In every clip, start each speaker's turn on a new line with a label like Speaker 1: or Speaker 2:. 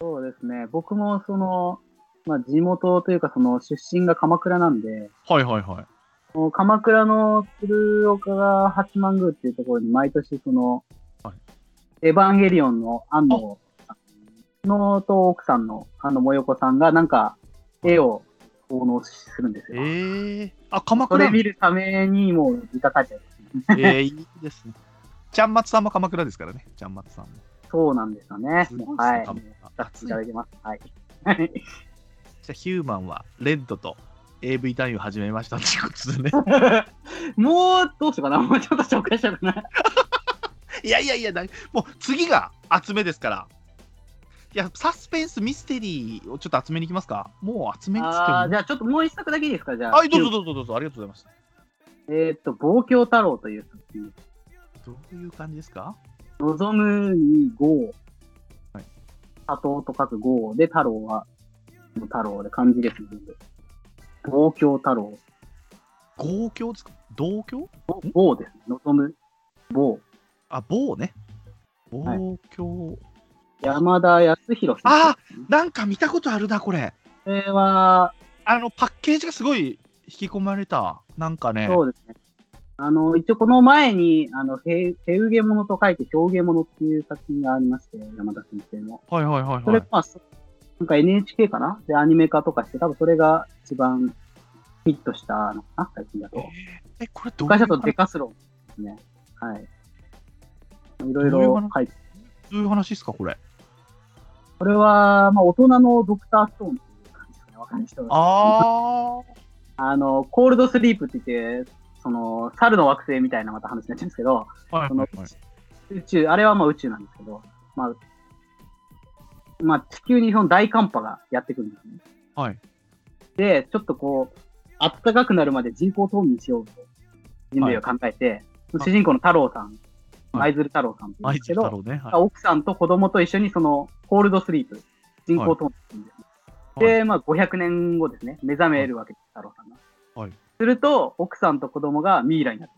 Speaker 1: ですね。僕もその、まあ、地元というかその出身が鎌倉なんで、
Speaker 2: はいはいはい。
Speaker 1: もう鎌宮の鶴岡が八幡宮っていうところに毎年その、
Speaker 2: はい
Speaker 1: エヴァンゲリオンの安野のと奥さんのあのもよこさんがなんか絵を奉納するんです
Speaker 2: え
Speaker 1: よ。
Speaker 2: ー、あ、鎌
Speaker 1: そ
Speaker 2: 倉
Speaker 1: れ見るためにもう歌書いてある。
Speaker 2: えー、いいですね。ちゃんまつさんも鎌倉ですからね、ちゃんまつさんも。
Speaker 1: そうなんですよね。
Speaker 2: すごいです
Speaker 1: は
Speaker 2: ね
Speaker 1: い。
Speaker 2: 鎌
Speaker 1: 出
Speaker 2: 倉。
Speaker 1: して
Speaker 2: 暑
Speaker 1: いた
Speaker 2: いじゃ
Speaker 1: だきます。はい。はい
Speaker 2: あヒューマンはレッドと AV 単位を始めましたっていうこと でね。
Speaker 1: もうどうしようかな。もうちょっと紹介しようかな。
Speaker 2: いやいやいや、だもう次が集めですから。いや、サスペンス、ミステリーをちょっと集めに行きますか。もう集めにつっても。
Speaker 1: あーじゃあちょっともう一作だけいいですかじゃあ。
Speaker 2: はい、どうぞどうぞどうぞ、ありがとうございました。
Speaker 1: えーっと、望郷太郎という作品です。
Speaker 2: どういう感じですか
Speaker 1: 望むに郷。
Speaker 2: はい
Speaker 1: 佐藤と書く郷で太郎は、太郎で漢字ですので。望郷太郎。
Speaker 2: 合教ですか同教
Speaker 1: 郷ですね。望む。郷。
Speaker 2: あ、某ね。
Speaker 1: はい
Speaker 2: 望郷。
Speaker 1: 山田康弘先
Speaker 2: あ
Speaker 1: 生ですね。
Speaker 2: なんか見たことあるな、これ。
Speaker 1: これは、
Speaker 2: あの、パッケージがすごい引き込まれた。なんかね。
Speaker 1: そうですね。あの、一応この前に、あの、手手芸物と書いて表芸物っていう作品がありまして、山田先生の。
Speaker 2: はいはいはい
Speaker 1: そ
Speaker 2: は
Speaker 1: れ
Speaker 2: い。、
Speaker 1: まあ、そなんか NHK かなで、アニメ化とかして、多分それが一番ヒットしたのかな最近だと。
Speaker 2: え、これどういう
Speaker 1: 会社とデカスローですね。はい。いろい
Speaker 2: どういう
Speaker 1: ろ
Speaker 2: 話
Speaker 1: 書いて。
Speaker 2: どういう話です か、これ。
Speaker 1: これは、まあ、大人のドクターストーンっていう感じですかね。わかる人が
Speaker 2: あー。
Speaker 1: あの、コールドスリープって言って、その、猿の惑星みたいなまた話になっちゃうんですけど、
Speaker 2: はい
Speaker 1: そ
Speaker 2: は
Speaker 1: の
Speaker 2: いはい。
Speaker 1: 宇宙、あれはまあ宇宙なんですけど、まあ、まあ、地球にその大寒波がやってくるんですね。
Speaker 2: はい。
Speaker 1: で、ちょっとこう、暖かくなるまで人工冬眠しようと、人類は考えて、
Speaker 2: い
Speaker 1: 主人公の太郎さん、
Speaker 2: は
Speaker 1: 舞鶴太郎さんって言うん
Speaker 2: マ
Speaker 1: で
Speaker 2: イ
Speaker 1: す
Speaker 2: チ
Speaker 1: け
Speaker 2: だ
Speaker 1: ど、
Speaker 2: ろうね。はい
Speaker 1: 奥さんと子供と一緒にその、コールドスリープ、人工冬眠するんですね、
Speaker 2: はい
Speaker 1: で、まあ、500年後ですね、目覚めるわけです、太郎さんが。
Speaker 2: はい
Speaker 1: すると、奥さんと子供がミイラになって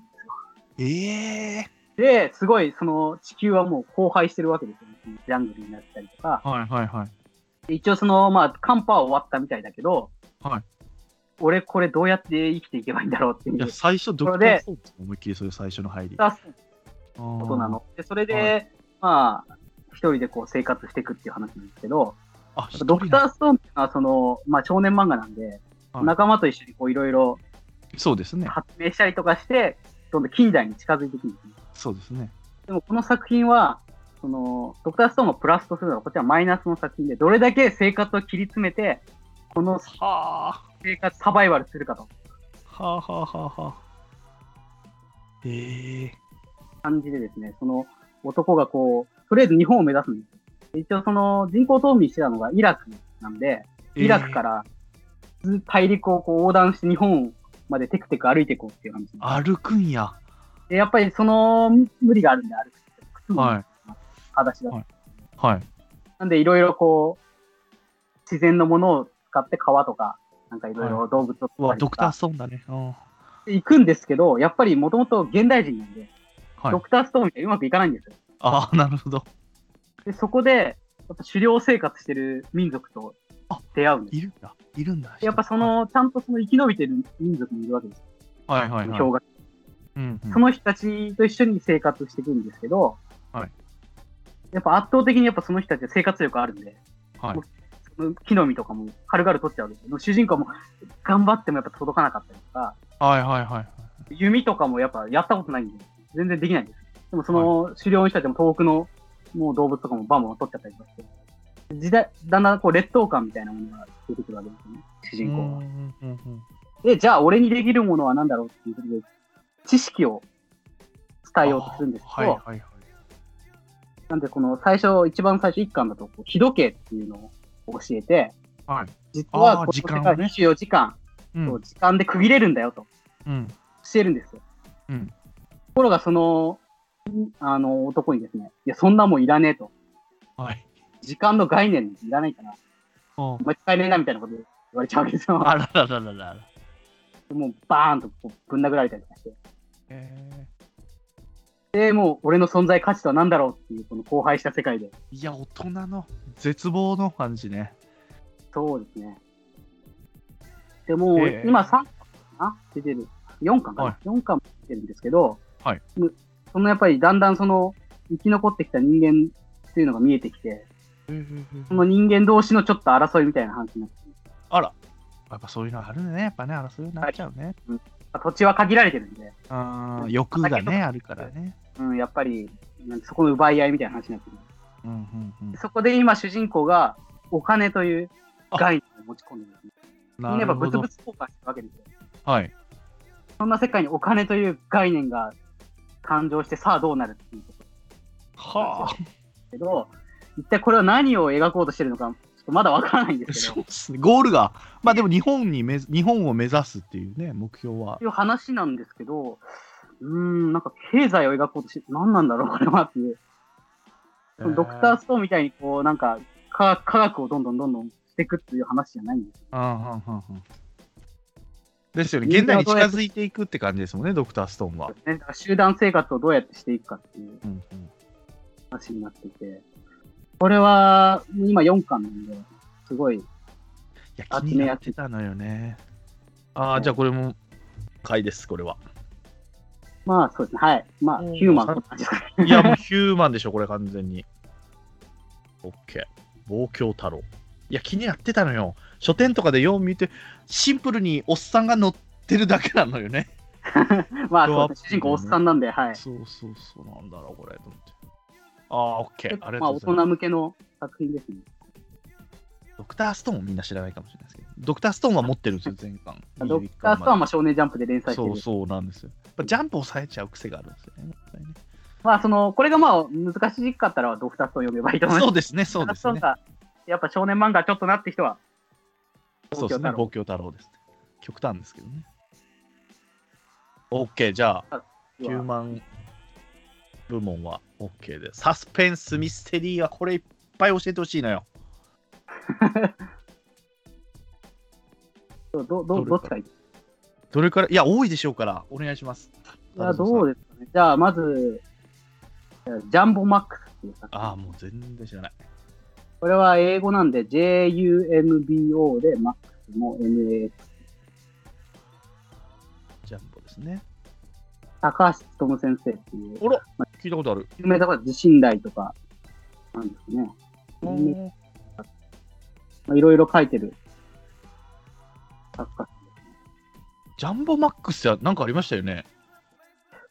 Speaker 1: るんですよ。
Speaker 2: ええ
Speaker 1: で、すごい、その、地球はもう荒廃してるわけですよ、ね。ジャングルになったりとか。
Speaker 2: ー。はいはいはい。
Speaker 1: 一応その、まあ、カンパは終わったみたいだけど、
Speaker 2: はい
Speaker 1: 俺これどうやって生きていけばいいんだろうってい
Speaker 2: いうや、最初、ドクターストーンです思いっきりそういう最初の入り。
Speaker 1: 出す
Speaker 2: こ
Speaker 1: ことなの。で、それで、ま
Speaker 2: は
Speaker 1: あ、一人でこう生活していくっていう話なんですけど、
Speaker 2: あ、一人
Speaker 1: ドクターストーンっていうのはその、まあ少年漫画なんで、
Speaker 2: はい
Speaker 1: 仲間と一緒にこういろいろ
Speaker 2: そうですね。
Speaker 1: 発明したりとかして、どんどん近代に近づいていくんですね。
Speaker 2: そうですね。
Speaker 1: でもこの作品は、その、ドクターストーンがプラスとするのは、こっちはマイナスの作品で、どれだけ生活を切り詰めて、この
Speaker 2: は
Speaker 1: 生活サバイバルするかと。
Speaker 2: あ、はあはあはあはあ。ええ。
Speaker 1: 感じでですね、その男がこう、とりあえず日本を目指すんですよ。一応その人工冬眠してたのがイラクなんで、イラクかららず大陸をこう横断して日本までテクテク歩いていこうっていう感じ。
Speaker 2: 歩くんや。
Speaker 1: で、やっぱりその無理があるんで歩くって。靴も
Speaker 2: はい。
Speaker 1: 裸足だと
Speaker 2: はいはい。
Speaker 1: なんでいろいろこう、自然のものを使って川とか、なんかいろいろ動物を
Speaker 2: う
Speaker 1: 使っ
Speaker 2: わ、
Speaker 1: たり
Speaker 2: ド
Speaker 1: と
Speaker 2: クター
Speaker 1: か
Speaker 2: ストーンだね。うん
Speaker 1: 行くんですけど、やっぱりもともと現代人なんで、
Speaker 2: はい
Speaker 1: ド。クターストーンみたいにうまくいかないんですよ。
Speaker 2: ああ、なるほど。
Speaker 1: で、そこで、やっぱ狩猟生活してる民族と出会うんです。
Speaker 2: いるんだ。いるんだ。
Speaker 1: やっぱそ、の、ちゃんとその生き延びてる民族もいるわけですよ。
Speaker 2: はいはいはい。
Speaker 1: 氷河期
Speaker 2: うんうん
Speaker 1: その人たちと一緒に生活していくんですけど、
Speaker 2: はい
Speaker 1: やっぱ圧倒的にやっぱその人たちは生活力あるんで、
Speaker 2: はい。
Speaker 1: その木の実とかも軽々取っちゃうわけですよ。主人公も頑張ってもやっぱ届かなかったりとか、
Speaker 2: はいはいはい。
Speaker 1: 弓とかもやっぱやったことないんで、全然できないんです。でもその狩猟の人たちも遠くのもう動物とかもバンバン取っちゃったりとかして、時代、だんだんこう劣等感みたいなものが出てくるわけですよね、主人公は。
Speaker 2: うんうんうん
Speaker 1: で、じゃあ俺にできるものは何だろうっていうことで、知識を伝えようとするんです
Speaker 2: は
Speaker 1: け
Speaker 2: い
Speaker 1: ど、
Speaker 2: はいはい。
Speaker 1: なんでこの最初、一番最初一巻だと、こう日時計っていうのを教えて、
Speaker 2: はい。
Speaker 1: 実はこの
Speaker 2: あー
Speaker 1: 世
Speaker 2: 時間を
Speaker 1: 界
Speaker 2: ね
Speaker 1: 24時間、
Speaker 2: うん
Speaker 1: そう時間で区切れるんだよと
Speaker 2: うん
Speaker 1: 教えるんですよ。
Speaker 2: うん
Speaker 1: ところがその、あの男にですね、いや、そんなもんいらねえと。
Speaker 2: はい。
Speaker 1: 時間の概念いらないから、
Speaker 2: うん
Speaker 1: お前使えねえなみたいなこと言われちゃうわけですよ。
Speaker 2: あらららららら。
Speaker 1: もうバーンとこうぶん殴られたりとかして。
Speaker 2: え
Speaker 1: で、もう俺の存在価値とは何だろうっていう、この荒廃した世界で。
Speaker 2: いや、大人の絶望の感じね。
Speaker 1: そうですね。でも
Speaker 2: ええ
Speaker 1: う、今3巻かな出てる。4巻か
Speaker 2: はい
Speaker 1: な、四 ?4 巻も出てるんですけど、
Speaker 2: はい
Speaker 1: むそのやっぱりだんだんその、生き残ってきた人間っていうのが見えてきて、その人間同士のちょっと争いみたいな話になってる
Speaker 2: あら、やっぱそういうのあるね。やっぱね、争いになっちゃうね。
Speaker 1: 土地は限られてるんで、
Speaker 2: あー欲がね、あるからね。
Speaker 1: うん、やっぱり、なんそこの奪い合いみたいな話になってる。
Speaker 2: うんうんうん。
Speaker 1: そこで今、主人公がお金という概念を持ち込んでるんですね。みんな
Speaker 2: な
Speaker 1: やっぱ
Speaker 2: る
Speaker 1: 物
Speaker 2: ほ
Speaker 1: 々
Speaker 2: ど。
Speaker 1: 交換してるわけですよ。
Speaker 2: はい。
Speaker 1: そんな世界にお金という概念が誕生して、さあどうなるっていうことで
Speaker 2: はあ、
Speaker 1: すけど、一体これは何を描こうとしてるのか、ちょっとまだわからないんですけ
Speaker 2: そ
Speaker 1: ど、
Speaker 2: うっすね。ゴールが、まあでも日本にめ、日本を目指すっていうね、目標は
Speaker 1: と。いう話なんですけど、うーん、なんか経済を描こうとして、何なんだろう、これはっていう。そのドクターストーンみたいに、こう、なんか科、科学をどんどんどんどんしていくっていう話じゃないんですよ。
Speaker 2: ああ、はんはんはんですよね。現代に近づいていくって感じですもんね、ドクターストーンは。
Speaker 1: ね、だから集団生活をどうやってしていくかっていう
Speaker 2: うんうん、
Speaker 1: 話になっていて、これは、今4巻なんで、すごい、
Speaker 2: いや、
Speaker 1: あ
Speaker 2: 気になってたのよね。ああ、じゃあこれも、買いです、こ れは。
Speaker 1: まあそうですね、はい。まあ、
Speaker 2: うん
Speaker 1: ヒューマンって感じですかね
Speaker 2: いや、もうヒューマンでしょ、これ完全に。オッケー。望郷太郎。いや、気になってたのよ。書店とかでよう見て、シンプルにおっさんが乗ってるだけなのよね。
Speaker 1: まあ、そう
Speaker 2: ドア
Speaker 1: ですね主人公おっさんなんで、はい。
Speaker 2: そうそうそう、なんだろう、これ。と思ってああ、オッケー。あ
Speaker 1: まあ、
Speaker 2: りがと
Speaker 1: 大
Speaker 2: うございます
Speaker 1: 人。向けの作品ですね。
Speaker 2: ドクターストーンをみんな知らないかもしれないですけど、ドクターストーンは持ってるんですよ、前巻。
Speaker 1: ドクターストーンはまあ少年ジャンプで連載して
Speaker 2: そ
Speaker 1: る。
Speaker 2: うそうなんですよ。やっぱジャンプを抑えちゃう癖があるんですよね。やっぱりね
Speaker 1: まあ、その、これがまあ、難しかったらドクターストーン読めばいいと思います。
Speaker 2: そうですね、そう
Speaker 1: ド
Speaker 2: で
Speaker 1: クターストー
Speaker 2: す
Speaker 1: ン
Speaker 2: ね。
Speaker 1: が、やっぱ少年漫画ちょっとなって人は、
Speaker 2: そうですね、望郷太郎です、ね。極端ですけどね。OK、じゃあ、ヒューマン部門は OK で。サスペンス、ミステリーはこれいっぱい教えてほしいのよ。
Speaker 1: どどどどっちかいい
Speaker 2: どれから、いや、多いでしょうから、お願いします。
Speaker 1: いや、どうですかね。じゃあ、まず、ジャンボマックスっていう作品。
Speaker 2: ああ、もう全然知らない。
Speaker 1: これは英語なんで、JUMBO で、マックスの MA、
Speaker 2: ジャンボですね。
Speaker 1: 高橋勉先生っていう、
Speaker 2: あら、聞いたことある。
Speaker 1: 有名なところは地震台とか、なんですかね。
Speaker 2: うん
Speaker 1: まあいろいろ書いてる作家。
Speaker 2: ジャンボマックスやなんかありましたよね。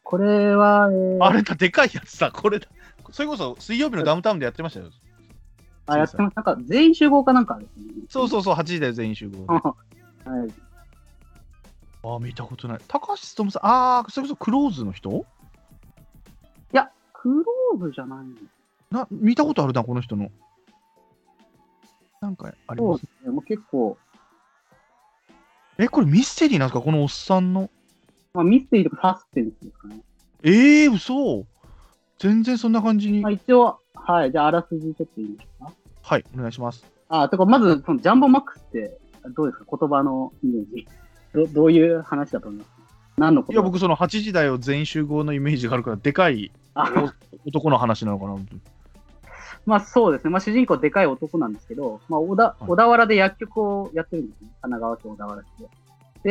Speaker 1: これは、えー
Speaker 2: あれだ、でかいやつだ、これだ。それこそ水曜日のダウンタウンでやってましたよ。
Speaker 1: あやってます。なんか、全員集合かなんかですね。
Speaker 2: そうそうそう、8時だよ、全員集
Speaker 1: う
Speaker 2: 合。
Speaker 1: ん
Speaker 2: あ
Speaker 1: はい、
Speaker 2: あ、見たことない。高橋勉さん、ああ、それこそクローズの人
Speaker 1: クローブじゃないの
Speaker 2: な見たことあるな、この人の。なんかあり
Speaker 1: そ
Speaker 2: ま
Speaker 1: う
Speaker 2: す
Speaker 1: で。すね。もう結構、
Speaker 2: え、これミステリーなんですか、このおっさんの。
Speaker 1: まあ、ミステリーとかサスペンスですかね。
Speaker 2: ええー、嘘全然そんな感じに。
Speaker 1: ま
Speaker 2: は
Speaker 1: あ、
Speaker 2: い、
Speaker 1: 一応、はい。じゃあ、あらすじちょっと言いましょうか。
Speaker 2: お願いします。
Speaker 1: あ、てか、まず、そのジャンボマックスって、どうですか言葉のイメージ。どどういう話だと思います何のこ
Speaker 2: い
Speaker 1: と
Speaker 2: や、僕、その8時だよ、全員集合のイメージがあるから、でかい
Speaker 1: あ
Speaker 2: 男の話なのかな。
Speaker 1: まあ、そうですね。まあ、主人公でかい男なんですけど、まあ、小田
Speaker 2: い
Speaker 1: 小田原で薬局をやってるんですね。神奈川県小田原市で。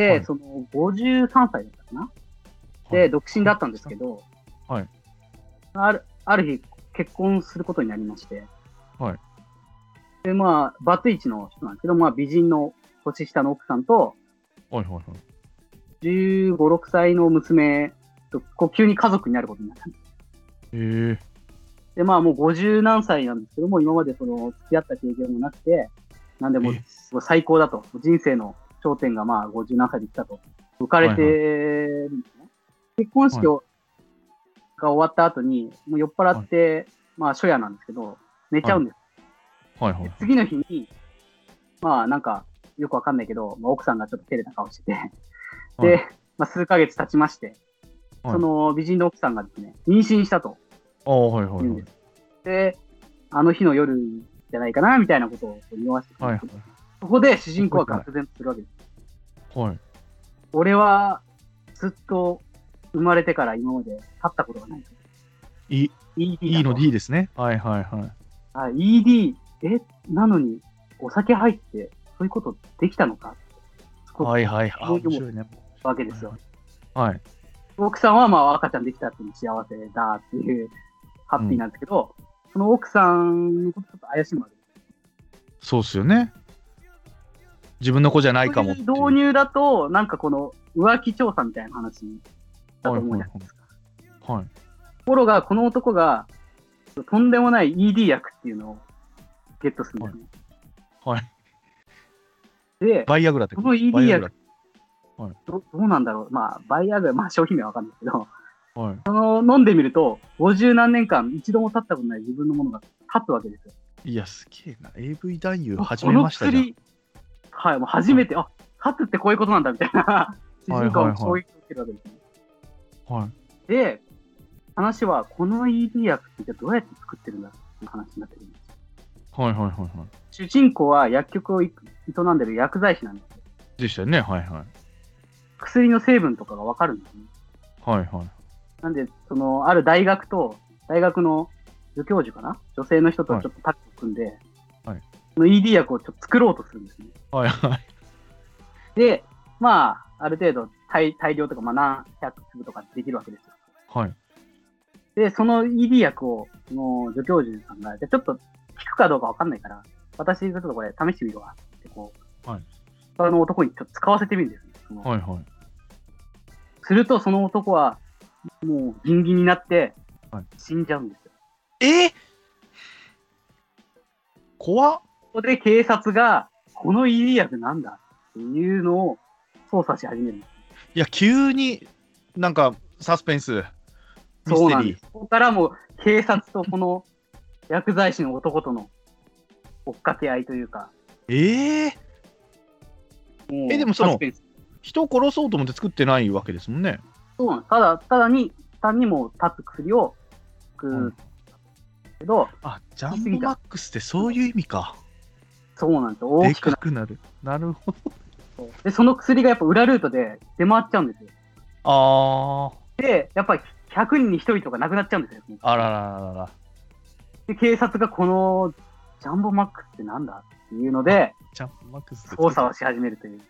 Speaker 1: で、
Speaker 2: はい
Speaker 1: その、53歳だったかな
Speaker 2: は
Speaker 1: で、
Speaker 2: い
Speaker 1: 独身だったんですけど、
Speaker 2: はい
Speaker 1: あるある日、結婚することになりまして、
Speaker 2: はい
Speaker 1: で、まあ、バツイチの人なんですけど、まあ、美人の年下の奥さんと、
Speaker 2: はいはいはい。
Speaker 1: 15、6歳の娘と、こう急に家族になることになったんです。
Speaker 2: ええー。
Speaker 1: で、まあ、もう50何歳なんですけども、今までその、付き合った経験もなくて、なんでも
Speaker 2: え
Speaker 1: う最高だと。人生の頂点がまあ、50何歳で来たと。浮かれてるんですね。結婚式を、が終わった後に、もう酔っ払って、まあ、初夜なんですけど、寝ちゃうんです。
Speaker 2: はいはい。
Speaker 1: で次の日に、まあ、なんか、よくわかんないけど、まあ、奥さんがちょっと照れた顔 してて、で、
Speaker 2: はい
Speaker 1: まあ、数ヶ月経ちまして、
Speaker 2: はい
Speaker 1: その美人の奥さんがですね、妊娠したと。
Speaker 2: ああ、はいはいい
Speaker 1: いんで
Speaker 2: はい。
Speaker 1: で、あの日の夜じゃないかな、みたいなことを言わせてくれ
Speaker 2: は
Speaker 1: て、
Speaker 2: い
Speaker 1: そこで主人公は愕然とするわけです。
Speaker 2: はい。はい。
Speaker 1: 俺は、ずっと生まれてから今まで立ったことがないと。
Speaker 2: い
Speaker 1: ED
Speaker 2: いいの
Speaker 1: だと
Speaker 2: D ですね。はいはいはい。
Speaker 1: あ ED、え、なのに、お酒入って、そういうことできたのかそう
Speaker 2: はいはい。あ、
Speaker 1: そういう
Speaker 2: 面白いね。
Speaker 1: わけですよ。
Speaker 2: はい。
Speaker 1: 奥さんはまあ赤ちゃんできたっていうの幸せだっていう、ハッピーなんですけど、その奥さんのことちょっと怪しいもある。
Speaker 2: そうっすよね。自分の子じゃないかもっていう。
Speaker 1: 導入だと、なんかこの浮気調査みたいな話だと思うじゃないですか。
Speaker 2: はい。
Speaker 1: ところが、この男が、とんでもない ED 薬っていうのをゲットするんですね。
Speaker 2: はい。
Speaker 1: で、
Speaker 2: バイアグラって
Speaker 1: この ED
Speaker 2: バイアグ
Speaker 1: どどうなんだろう。まあ、バイアグラ、 まあ商品名はわかんないけど、
Speaker 2: ラ。はい。
Speaker 1: その飲んでみると、50何年間一度も立ったことない自分のものが立つわけですよ。
Speaker 2: いや、すげえな。AV 男優始めましたじゃん。
Speaker 1: この薬はい、もう初めて、あ、立つってこういうことなんだみたいな、主
Speaker 2: はいはい
Speaker 1: 人公が衝撃を受けるわけですね。
Speaker 2: はい。
Speaker 1: で、話は、この ED 薬ってじゃあどうやって作ってるんだっていう話になってくるんですよ。
Speaker 2: はいはいはいは
Speaker 1: 主人公は薬局を営んでる薬剤師なんですよ。
Speaker 2: い。でしたよね。はいはい。
Speaker 1: 薬の成分とかがわかるんですね。
Speaker 2: はいはい。
Speaker 1: なんで、その、ある大学と、大学の助教授かな女性の人とちょっとタッグを組んで、
Speaker 2: はい
Speaker 1: その ED 薬をちょっと作ろうとするんですね。
Speaker 2: はいはい。
Speaker 1: で、まあ、ある程度大、大量とか、まあ、何百粒とかできるわけですよ。
Speaker 2: はい。
Speaker 1: で、その ED 薬を、その助教授さんが、じゃあちょっと効くかどうかわかんないから、私ちょっとこれ試してみるわって、こう、
Speaker 2: はい
Speaker 1: 他の男にちょっと使わせてみるんですね。その
Speaker 2: はいはい。
Speaker 1: すると、その男は、もうギンギンになって
Speaker 2: はい、
Speaker 1: 死んじゃうんですよ。
Speaker 2: え怖っ。
Speaker 1: ここで警察が、この ED 薬なんだっていうのを捜査し始めるんです。
Speaker 2: いや、急になんかサスペンス、ミ
Speaker 1: そう
Speaker 2: ステ
Speaker 1: なん
Speaker 2: リ
Speaker 1: で
Speaker 2: ー
Speaker 1: す。。ここからもう警察とこの薬剤師の男との追っかけ合いというか。
Speaker 2: ええ
Speaker 1: う
Speaker 2: えでもその
Speaker 1: サスペンス
Speaker 2: 人を殺そうと思って作ってないわけですもんね。
Speaker 1: そうなんです。ただ、ただに、単にもう立つ薬を作る、
Speaker 2: うん
Speaker 1: けど、
Speaker 2: あ、ジャンボマックスってそういう意味か。
Speaker 1: そうなんですよ。大
Speaker 2: で
Speaker 1: きくな
Speaker 2: か
Speaker 1: る
Speaker 2: くなる。なるほど。
Speaker 1: と。で、その薬がやっぱ裏ルートで出回っちゃうんですよ。
Speaker 2: あ
Speaker 1: で、やっぱり100人に1人とか亡くなっちゃうんですよ。
Speaker 2: あ、あららららら。
Speaker 1: で、警察がこのジャンボマックスってなんだっていうので、
Speaker 2: ジャンボマックスで作っ
Speaker 1: 操作をし始めるという。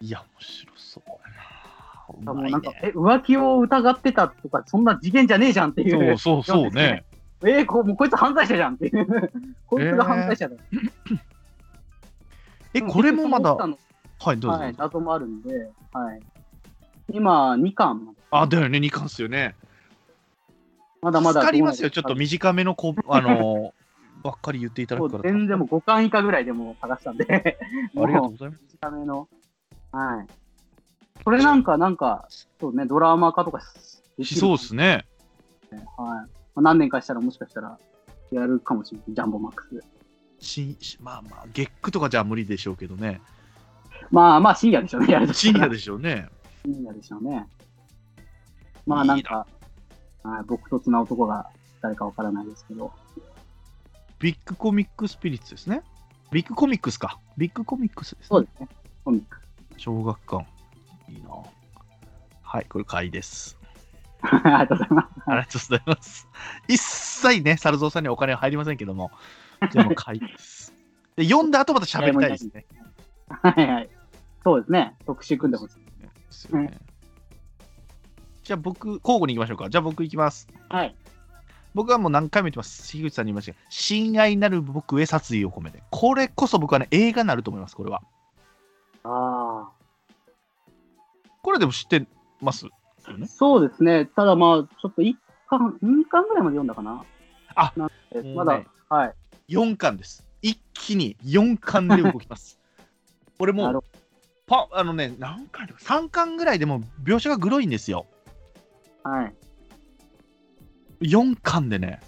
Speaker 2: いや、面白そうやな。う
Speaker 1: も
Speaker 2: ま
Speaker 1: う
Speaker 2: い
Speaker 1: なんか、
Speaker 2: ね。
Speaker 1: え、浮気を疑ってたとか、そんな事件じゃねえじゃんってい。
Speaker 2: そううそうそうね。
Speaker 1: えーこう、もうこいつ犯罪者じゃんって いう。こいつが犯罪者だ。
Speaker 2: え、これもまだ
Speaker 1: そ。の
Speaker 2: はい、どうぞ。
Speaker 1: はい、謎もあるんで、はい。今、2巻まで、
Speaker 2: あ、だよね、2巻っすよね。
Speaker 1: まだ
Speaker 2: ま
Speaker 1: まだ。
Speaker 2: かりますよ、ちょっと短めの こ、あのー、ばっかり言っていただ
Speaker 1: も
Speaker 2: く
Speaker 1: う
Speaker 2: から。
Speaker 1: 全然もう5巻以下ぐらいでもう探したんで、
Speaker 2: ありがとう
Speaker 1: も
Speaker 2: ございま
Speaker 1: う
Speaker 2: す。
Speaker 1: 短めの。はい。これなんか、なんか、そうね、ドラマ化とかし
Speaker 2: しそうっすね。
Speaker 1: ね。はい。まあ何年かしたら、もしかしたら、やるかもしれない。ジャンボマックス。
Speaker 2: ししまあまあ、月句とかじゃ無理でしょうけどね。
Speaker 1: まあまあ、深夜でしょうね、やるとした
Speaker 2: 深
Speaker 1: ら
Speaker 2: 夜でしょうね。
Speaker 1: 深夜でしょうね。まあなんか、はい、僕とつな男が誰かわからないですけど、
Speaker 2: ビッグコミックスピリッツですね。ビッグコミックスか。ビッグコミックスです
Speaker 1: そう。
Speaker 2: ね
Speaker 1: ですね、コミック。
Speaker 2: 小学館。いいなぁはい、これ買いです。
Speaker 1: ありがとうございます。
Speaker 2: ありがとうございます。一切ね、猿蔵さんにはお金は入りませんけども、でも買いです。で、読んだ後また喋りたいですね。
Speaker 1: はいはい。そうですね、特集組んでほしい。
Speaker 2: ですよねじゃあ僕、交互に行きましょうか。じゃあ僕行きます。
Speaker 1: はい。
Speaker 2: 僕はもう何回も言ってます。樋口さんに言いましたけど、親愛なる僕へ殺意を込めて。これこそ僕はね、映画になると思います、これは。
Speaker 1: あ
Speaker 2: これでも知ってます
Speaker 1: あ、そうですね、ただまあ、ちょっと1巻、2巻ぐらいまで読んだかな。
Speaker 2: あ
Speaker 1: なんで
Speaker 2: もうね
Speaker 1: まだ、はい。
Speaker 2: 4巻です。一気に4巻で動 きます。俺も
Speaker 1: なる
Speaker 2: うパあのね、何巻だ3巻ぐらいでもう描写がグロいんですよ。
Speaker 1: はい。
Speaker 2: 4巻でね、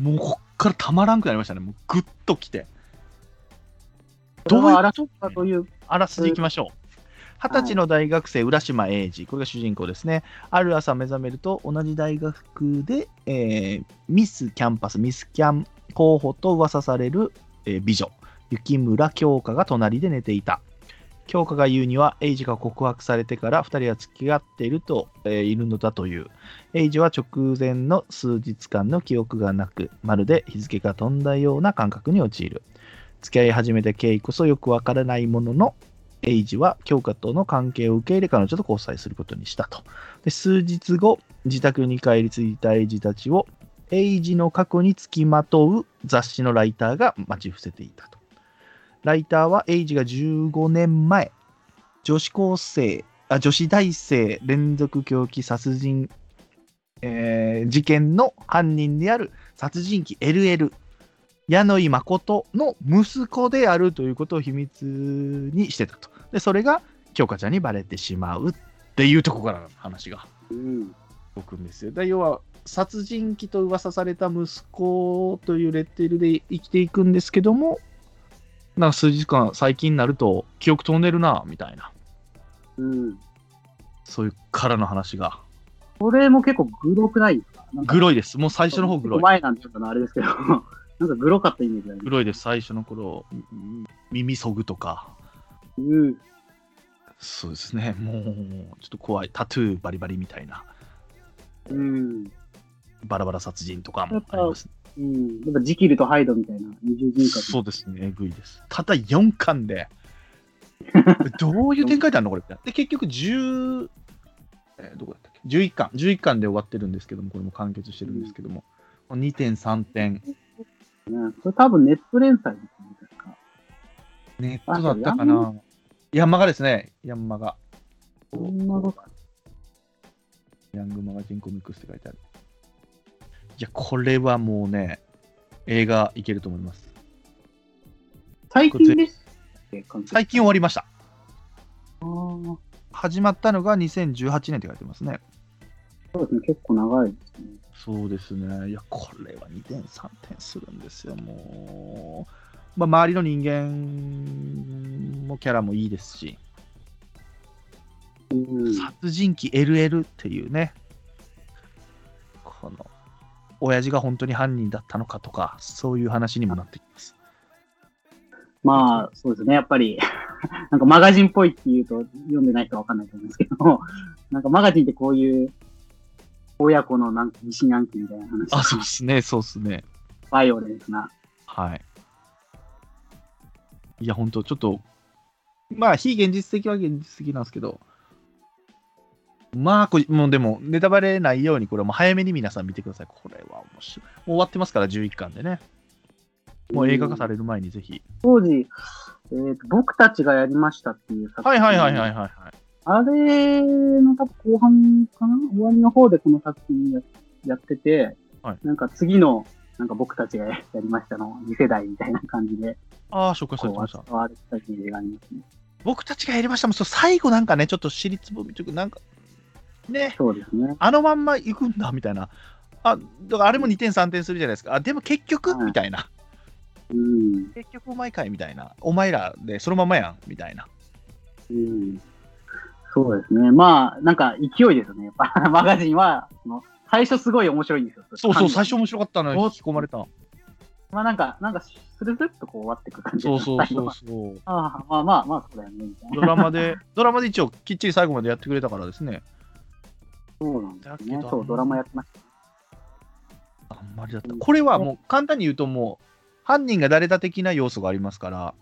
Speaker 2: もうこっからたまらんくなりましたね。もうグッときて。どう
Speaker 1: これは
Speaker 2: いう
Speaker 1: 争ったという、
Speaker 2: あらすじいきましょう。二十歳の大学生、浦島英二、これが主人公ですね。ある朝目覚めると、同じ大学で、えーミスキャンパス、ミスキャン候補と噂される、えー美女、雪村京花が隣で寝ていた。京香が言うには、エイジが告白されてから2人は付き合っていると、えーいるのだという。エイジは直前の数日間の記憶がなく、まるで日付が飛んだような感覚に陥る。付き合い始めた経緯こそよくわからないものの、エイジは京香との関係を受け入れ彼女と交際することにしたと。で数日後、自宅に帰り着いたエイジたちを、エイジの過去につきまとう雑誌のライターが待ち伏せていたと。ライターはエイジが15年前、女子高生、あ女子大生連続狂気殺人、えー事件の犯人である殺人鬼 LL、矢野井誠の息子であるということを秘密にしてたと。で、それが京香ちゃんにバレてしまうっていうとこからの話が
Speaker 1: うん。
Speaker 2: 動くんですよ。で要は殺人鬼と噂された息子というレッテルで生きていくんですけども、なんか数日間最近になると記憶飛んでるなみたいな、
Speaker 1: うん。
Speaker 2: そういうからの話が。
Speaker 1: これも結構グロくないですかなんか
Speaker 2: グロいです。もう最初の方
Speaker 1: 結
Speaker 2: グロ
Speaker 1: 構
Speaker 2: い。
Speaker 1: 前なんでちょっとなあれですけど、 なんかグロかったイメージありま
Speaker 2: グロいです。最初の頃、うん耳そぐとか。
Speaker 1: す。うん。
Speaker 2: そうですね。もう、ちょっと怖い。タトゥーバリバリみたいな。
Speaker 1: うん。
Speaker 2: バラバラ殺人とかもあります、
Speaker 1: うん。やっぱジキルとハイドみたいな二重人格。
Speaker 2: そうですね。えぐいです。ただ4巻で。どういう展開であるのこれで、結局10、えーどこだったっけ ?11 巻。11巻で終わってるんですけども、これも完結してるんですけども。2点、3点。
Speaker 1: ね。これ多分ネット連載ですよね、確か。
Speaker 2: ネットだったかな。ヤンマガですね。ヤンマガ。
Speaker 1: そんなことか。
Speaker 2: ヤングマガジンコミックスって書いてある。いや、これはもうね、映画いけると思います。
Speaker 1: 最近ですって感じ。
Speaker 2: 最近終わりました。
Speaker 1: あー
Speaker 2: 始まったのが2018年って書いてますね。
Speaker 1: そうですね、結構長いですね。
Speaker 2: そうですね。いや、これは2点、3点するんですよ、もう。まあ、周りの人間もキャラもいいですし、
Speaker 1: うん。
Speaker 2: 殺人鬼 LL っていうね、この、親父が本当に犯人だったのかとか、そういう話にもなってきます。
Speaker 1: まあ、そうですね、やっぱり、 なんかマガジンっぽいって言うと、読んでない人はわかんないと思うんですけど、 なんかマガジンってこういう、親子のなんか疑心暗鬼みたいな話とか
Speaker 2: あ、そうですね、そうですね。
Speaker 1: バイオレンスな。
Speaker 2: はい。いや、本当ちょっと、まあ、非現実的は現実的なんですけど、まあこれ、もうでも、ネタバレないように、これはもう早めに皆さん見てください。これは面白い。もう終わってますから、11巻でね。もう映画化される前にぜひ。
Speaker 1: 当時、えーと、僕たちがやりましたっていう作
Speaker 2: はいはいはいは
Speaker 1: い。
Speaker 2: いはい、はい。
Speaker 1: あれの多分後半かな終わりの方でこの作品ややってて、
Speaker 2: はい
Speaker 1: なんか次の、なんか僕たちが やりましたの、次世代みたいな感じで、
Speaker 2: ああ、紹介
Speaker 1: こ
Speaker 2: されて
Speaker 1: う
Speaker 2: ました。
Speaker 1: 扱われてたっていう映画ありますね。
Speaker 2: 僕たちがやりましたもん、そう最後なんかね、ちょっと尻つぼみというか、なんか、ね、
Speaker 1: そうですね。
Speaker 2: あのまんま行くんだ、みたいな。あ、だからあれも2点3点するじゃないですか。あ、でも結局、
Speaker 1: はい
Speaker 2: みたいな。
Speaker 1: うん。
Speaker 2: 結局お前かいみたいな。お前らでそのままやんみたいな。
Speaker 1: うんそうですね。まあ、なんか勢いですよね。やっぱ マガジンは、その最初すごい面白いんですよ。
Speaker 2: そうそ
Speaker 1: 感
Speaker 2: う、最
Speaker 1: じ
Speaker 2: 初面白かったのよ。
Speaker 1: お
Speaker 2: 引き込まれた。
Speaker 1: まあなんか、なんか、スルスルっとこう終わっていく感じ。
Speaker 2: そうそう
Speaker 1: 最
Speaker 2: そ
Speaker 1: 後
Speaker 2: う
Speaker 1: は
Speaker 2: そう。
Speaker 1: ああ、まあまあまあ、そうだよね、みたいな。
Speaker 2: ドラマ で、ドラマで一応きっちり最後までやってくれたからですね。
Speaker 1: そうなんです
Speaker 2: だ
Speaker 1: ね
Speaker 2: け。ど
Speaker 1: そう、ドラマやってました。
Speaker 2: あんまりだった。これはもう簡単に言うともう、犯人が誰だ的な要素がありますから、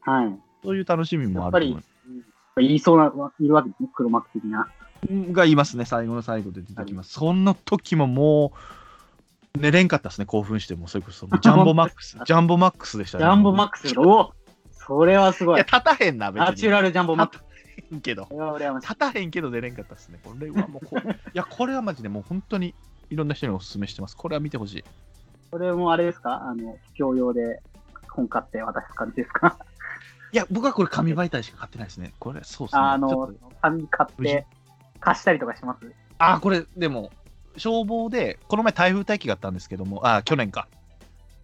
Speaker 1: はい。
Speaker 2: そういう楽しみもあると思
Speaker 1: 言いそうな、いるわけですね。黒幕的な。
Speaker 2: う。がいますね、最後の最後で出てきます。そんな時ももう、寝れんかったですね、興奮しても。それこそ、もうジャンボマッ クス、ジャンボマックスでし
Speaker 1: ジ
Speaker 2: たね。
Speaker 1: ャンボマックス。おおそれはすご
Speaker 2: い
Speaker 1: い
Speaker 2: や、。立たへんな、別に。
Speaker 1: ナチュラルジャンボマックス。
Speaker 2: 立たへんけど
Speaker 1: こ。れは羨ましい。
Speaker 2: 立たへんけど出れんかったですね。これはもう こういや、これはマジでもう本当にいろんな人にお勧めしてます。これは見てほしい。
Speaker 1: これもあれですかあの、教養で本買って渡す感じです か
Speaker 2: いや、僕はこれ紙媒体しか買ってないですね。これ、そうですね。
Speaker 1: あ
Speaker 2: ちょ
Speaker 1: の
Speaker 2: っと、
Speaker 1: 紙買っ
Speaker 2: 無事
Speaker 1: て貸したりとかします
Speaker 2: あー、これ、でも、消防で、この前台風待機があったんですけども、あー、去年か。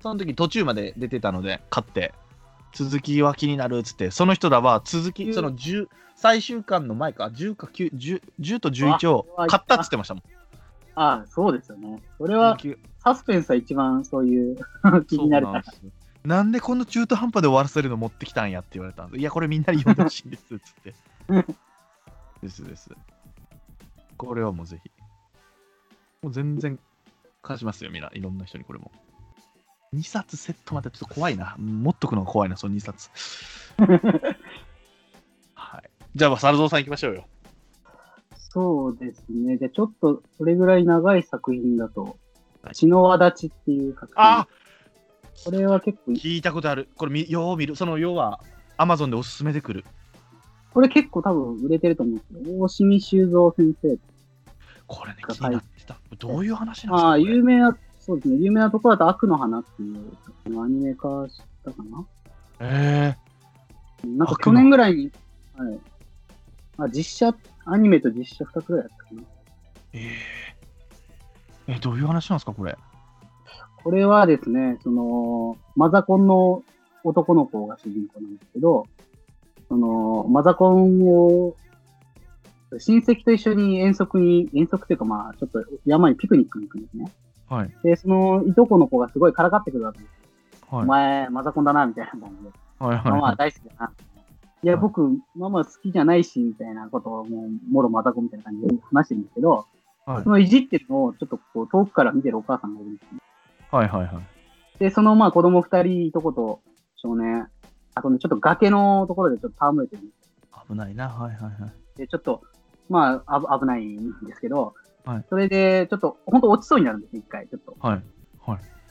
Speaker 2: その時途中まで出てたので、買って、続きは気になるっつって、その人らは続
Speaker 1: う
Speaker 2: き、
Speaker 1: ん
Speaker 2: その10、最終巻の前か、10か9、10, 10と11を
Speaker 1: あ
Speaker 2: 買ったっつってましたもん。
Speaker 1: ああ、そうですよね。それは
Speaker 2: 続、き
Speaker 1: サスペンスは一番そういう 気
Speaker 2: そう
Speaker 1: になるか
Speaker 2: なん
Speaker 1: ら
Speaker 2: で。すよなんでこんな中途半端で終わらせるの持ってきたんやって言われたんです。いや、これみんなに読んでほしいんですっつって。ですです。これはもうぜひ。もう全然貸しますよ、みんな。いろんな人にこれも。2冊セットまでちょっと怖いな。持っとくのが怖いな、その2冊。はい。じゃあ、猿蔵さん行きましょうよ。
Speaker 1: そうですね。じゃあちょっと、それぐらい長い作品だと、血の輪立ちっていう作品。
Speaker 2: あ
Speaker 1: これは結構、
Speaker 2: 聞いたことある。これみ、よう見る。その、要は、アマゾンでおすすめでくる。
Speaker 1: これ結構多分売れてると思うんですけど、大清修造先生。
Speaker 2: これね、
Speaker 1: はい
Speaker 2: 気になってた。どういう話なんですか
Speaker 1: ああ、
Speaker 2: これ
Speaker 1: 有名な、そうですね。有名なところだと悪の花っていう作品をアニメ化したかな
Speaker 2: え
Speaker 1: なんか
Speaker 2: 悪
Speaker 1: 去
Speaker 2: の
Speaker 1: 年ぐらいに、はい。あ、実写、アニメと実写2つぐらいだったかな。
Speaker 2: ー、えー、え、どういう話なんですか、これ。
Speaker 1: これはですね、その、マザコンの男の子が主人公なんですけど、その、マザコンを、親戚と一緒に遠足に、遠足っていうかまあ、ちょっと山にピクニックに行くんですね。
Speaker 2: はい。
Speaker 1: で、その、いとこの子がすごいからかってくるわけです。
Speaker 2: はい。
Speaker 1: お前、マザコンだな、みたいな感じで。
Speaker 2: はいはい
Speaker 1: ママ
Speaker 2: は。
Speaker 1: はい大好きだな。いや、
Speaker 2: はい
Speaker 1: 僕、ママ好きじゃないし、みたいなことを、もう、もろマザコンみたいな感じで話してるんですけど、
Speaker 2: はい
Speaker 1: そのいじってるのを、ちょっとこう、遠くから見てるお母さんがいるんです
Speaker 2: はいはいはい。
Speaker 1: で、そのまあ子供二人、いとこと少年、あとね、ちょっと崖のところでちょっと戯れてるんで
Speaker 2: 危ないな。はいはいはい。
Speaker 1: すで、ちょっと、まあ、あぶ危ないんですけど、
Speaker 2: はい
Speaker 1: それで、ちょっと、本当落ちそうになるんですね、一回、ちょっと。
Speaker 2: はい。
Speaker 1: で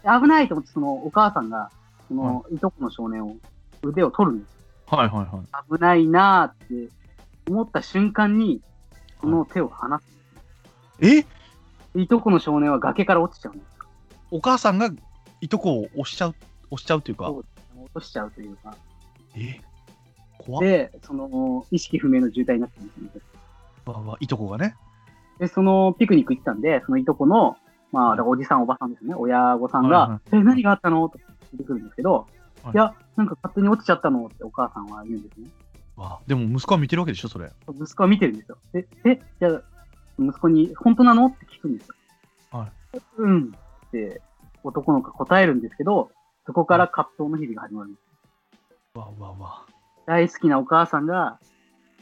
Speaker 1: 危ないと思って、そのお母さんが、その、いとこの少年を、腕を取るんです。
Speaker 2: はいはいはい。
Speaker 1: 危ないなーって思った瞬間に、その手を離す。
Speaker 2: え
Speaker 1: いとこの少年は崖から落ちちゃうんです。
Speaker 2: お母さんがいとこを押しちゃう、押しちゃうというか
Speaker 1: そ。う落としちゃうというか。
Speaker 2: え怖っ
Speaker 1: で、その、意識不明の重体になってるんですね。
Speaker 2: わわいとこがね。
Speaker 1: で、そのピクニック行ってたんで、そのいとこの、まあ、だからおじさん、おばさんですね、親御さんが、
Speaker 2: はいは
Speaker 1: え、何があったのと聞いてくるんですけど、
Speaker 2: はい
Speaker 1: い、や、なんか勝手に落ちちゃったのってお母さんは言うんですね。
Speaker 2: わでも息子は見てるわけでしょ、それ。
Speaker 1: 息子は見てるんですよ。で、え、じゃあ、息子に、本当なのって聞くんですよ。
Speaker 2: は
Speaker 1: うんって、男の子が答えるんですけど、そこから葛藤の日々が始まるんです。
Speaker 2: わわわ
Speaker 1: 大好きなお母さんが、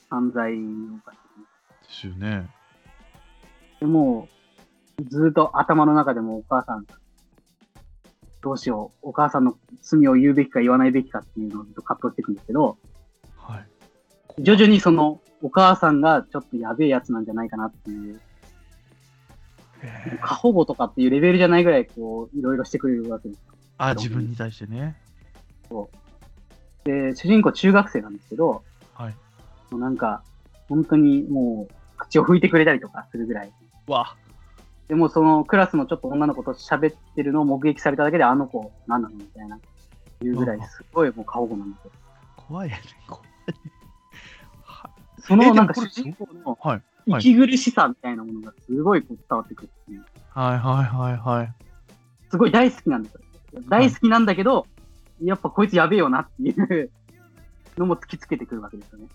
Speaker 1: 犯罪を犯してしまう
Speaker 2: ですよね。
Speaker 1: でもう、ずーっと頭の中でもお母さん、どうしよう、お母さんの罪を言うべきか言わないべきかっていうのをずっと葛藤していくんですけど、
Speaker 2: はい。
Speaker 1: 徐々にその、お母さんがちょっとやべえやつなんじゃないかなっていう、
Speaker 2: へー
Speaker 1: 過保護とかっていうレベルじゃないぐらい、こう、いろいろしてくれるわけです。
Speaker 2: あ、自分に対してね。
Speaker 1: で、主人公中学生なんですけど、
Speaker 2: はい。
Speaker 1: もうなんか、本当にもう、口を拭いてくれたりとかするぐらい。
Speaker 2: わ
Speaker 1: でもそのクラスのちょっと女の子と喋ってるのを目撃されただけで、あの子、何なのみたいな、いうぐらい、すごいもう過保護なんですよ
Speaker 2: 怖いやね。怖い。は
Speaker 1: そ
Speaker 2: えで
Speaker 1: の
Speaker 2: も
Speaker 1: なんか
Speaker 2: これ
Speaker 1: 主人公の
Speaker 2: はい。
Speaker 1: 息苦しさみたいなものがすごいこう伝わってくるっていう。
Speaker 2: はいはいはいはい。
Speaker 1: すごい大好きなんですよ。大好きなんだけど、やっぱこいつやべえよなっていうのも突きつけてくるわけですよね。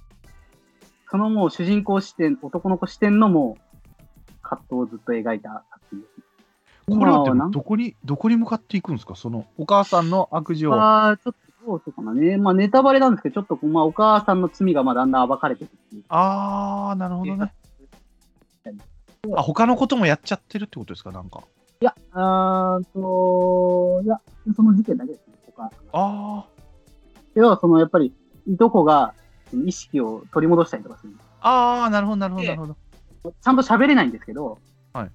Speaker 1: そのもう主人公視点、男の子視点のもう葛藤をずっと描いた作品です。
Speaker 2: これはで
Speaker 1: まあな
Speaker 2: も
Speaker 1: ん
Speaker 2: どこに、どこに向かっていくんですかその、お母さんの悪事を。
Speaker 1: まあ、ちょっとどうしようかなね。まあネタバレなんですけど、ちょっとこうまあお母さんの罪がまあだんだん暴かれていくっていう。
Speaker 2: あー、なるほどね。あ、他のこともやっちゃってるってことですか、なんか。
Speaker 1: いや、あーと、いや、その事件だけですね、お母さんが。
Speaker 2: あ
Speaker 1: けど、そのやっぱり、いとこがその意識を取り戻したりとかするんで
Speaker 2: ー、あー、なるほど、なるほど、
Speaker 1: で
Speaker 2: なるほど。
Speaker 1: す。ちゃんと喋れないんですけど、
Speaker 2: はい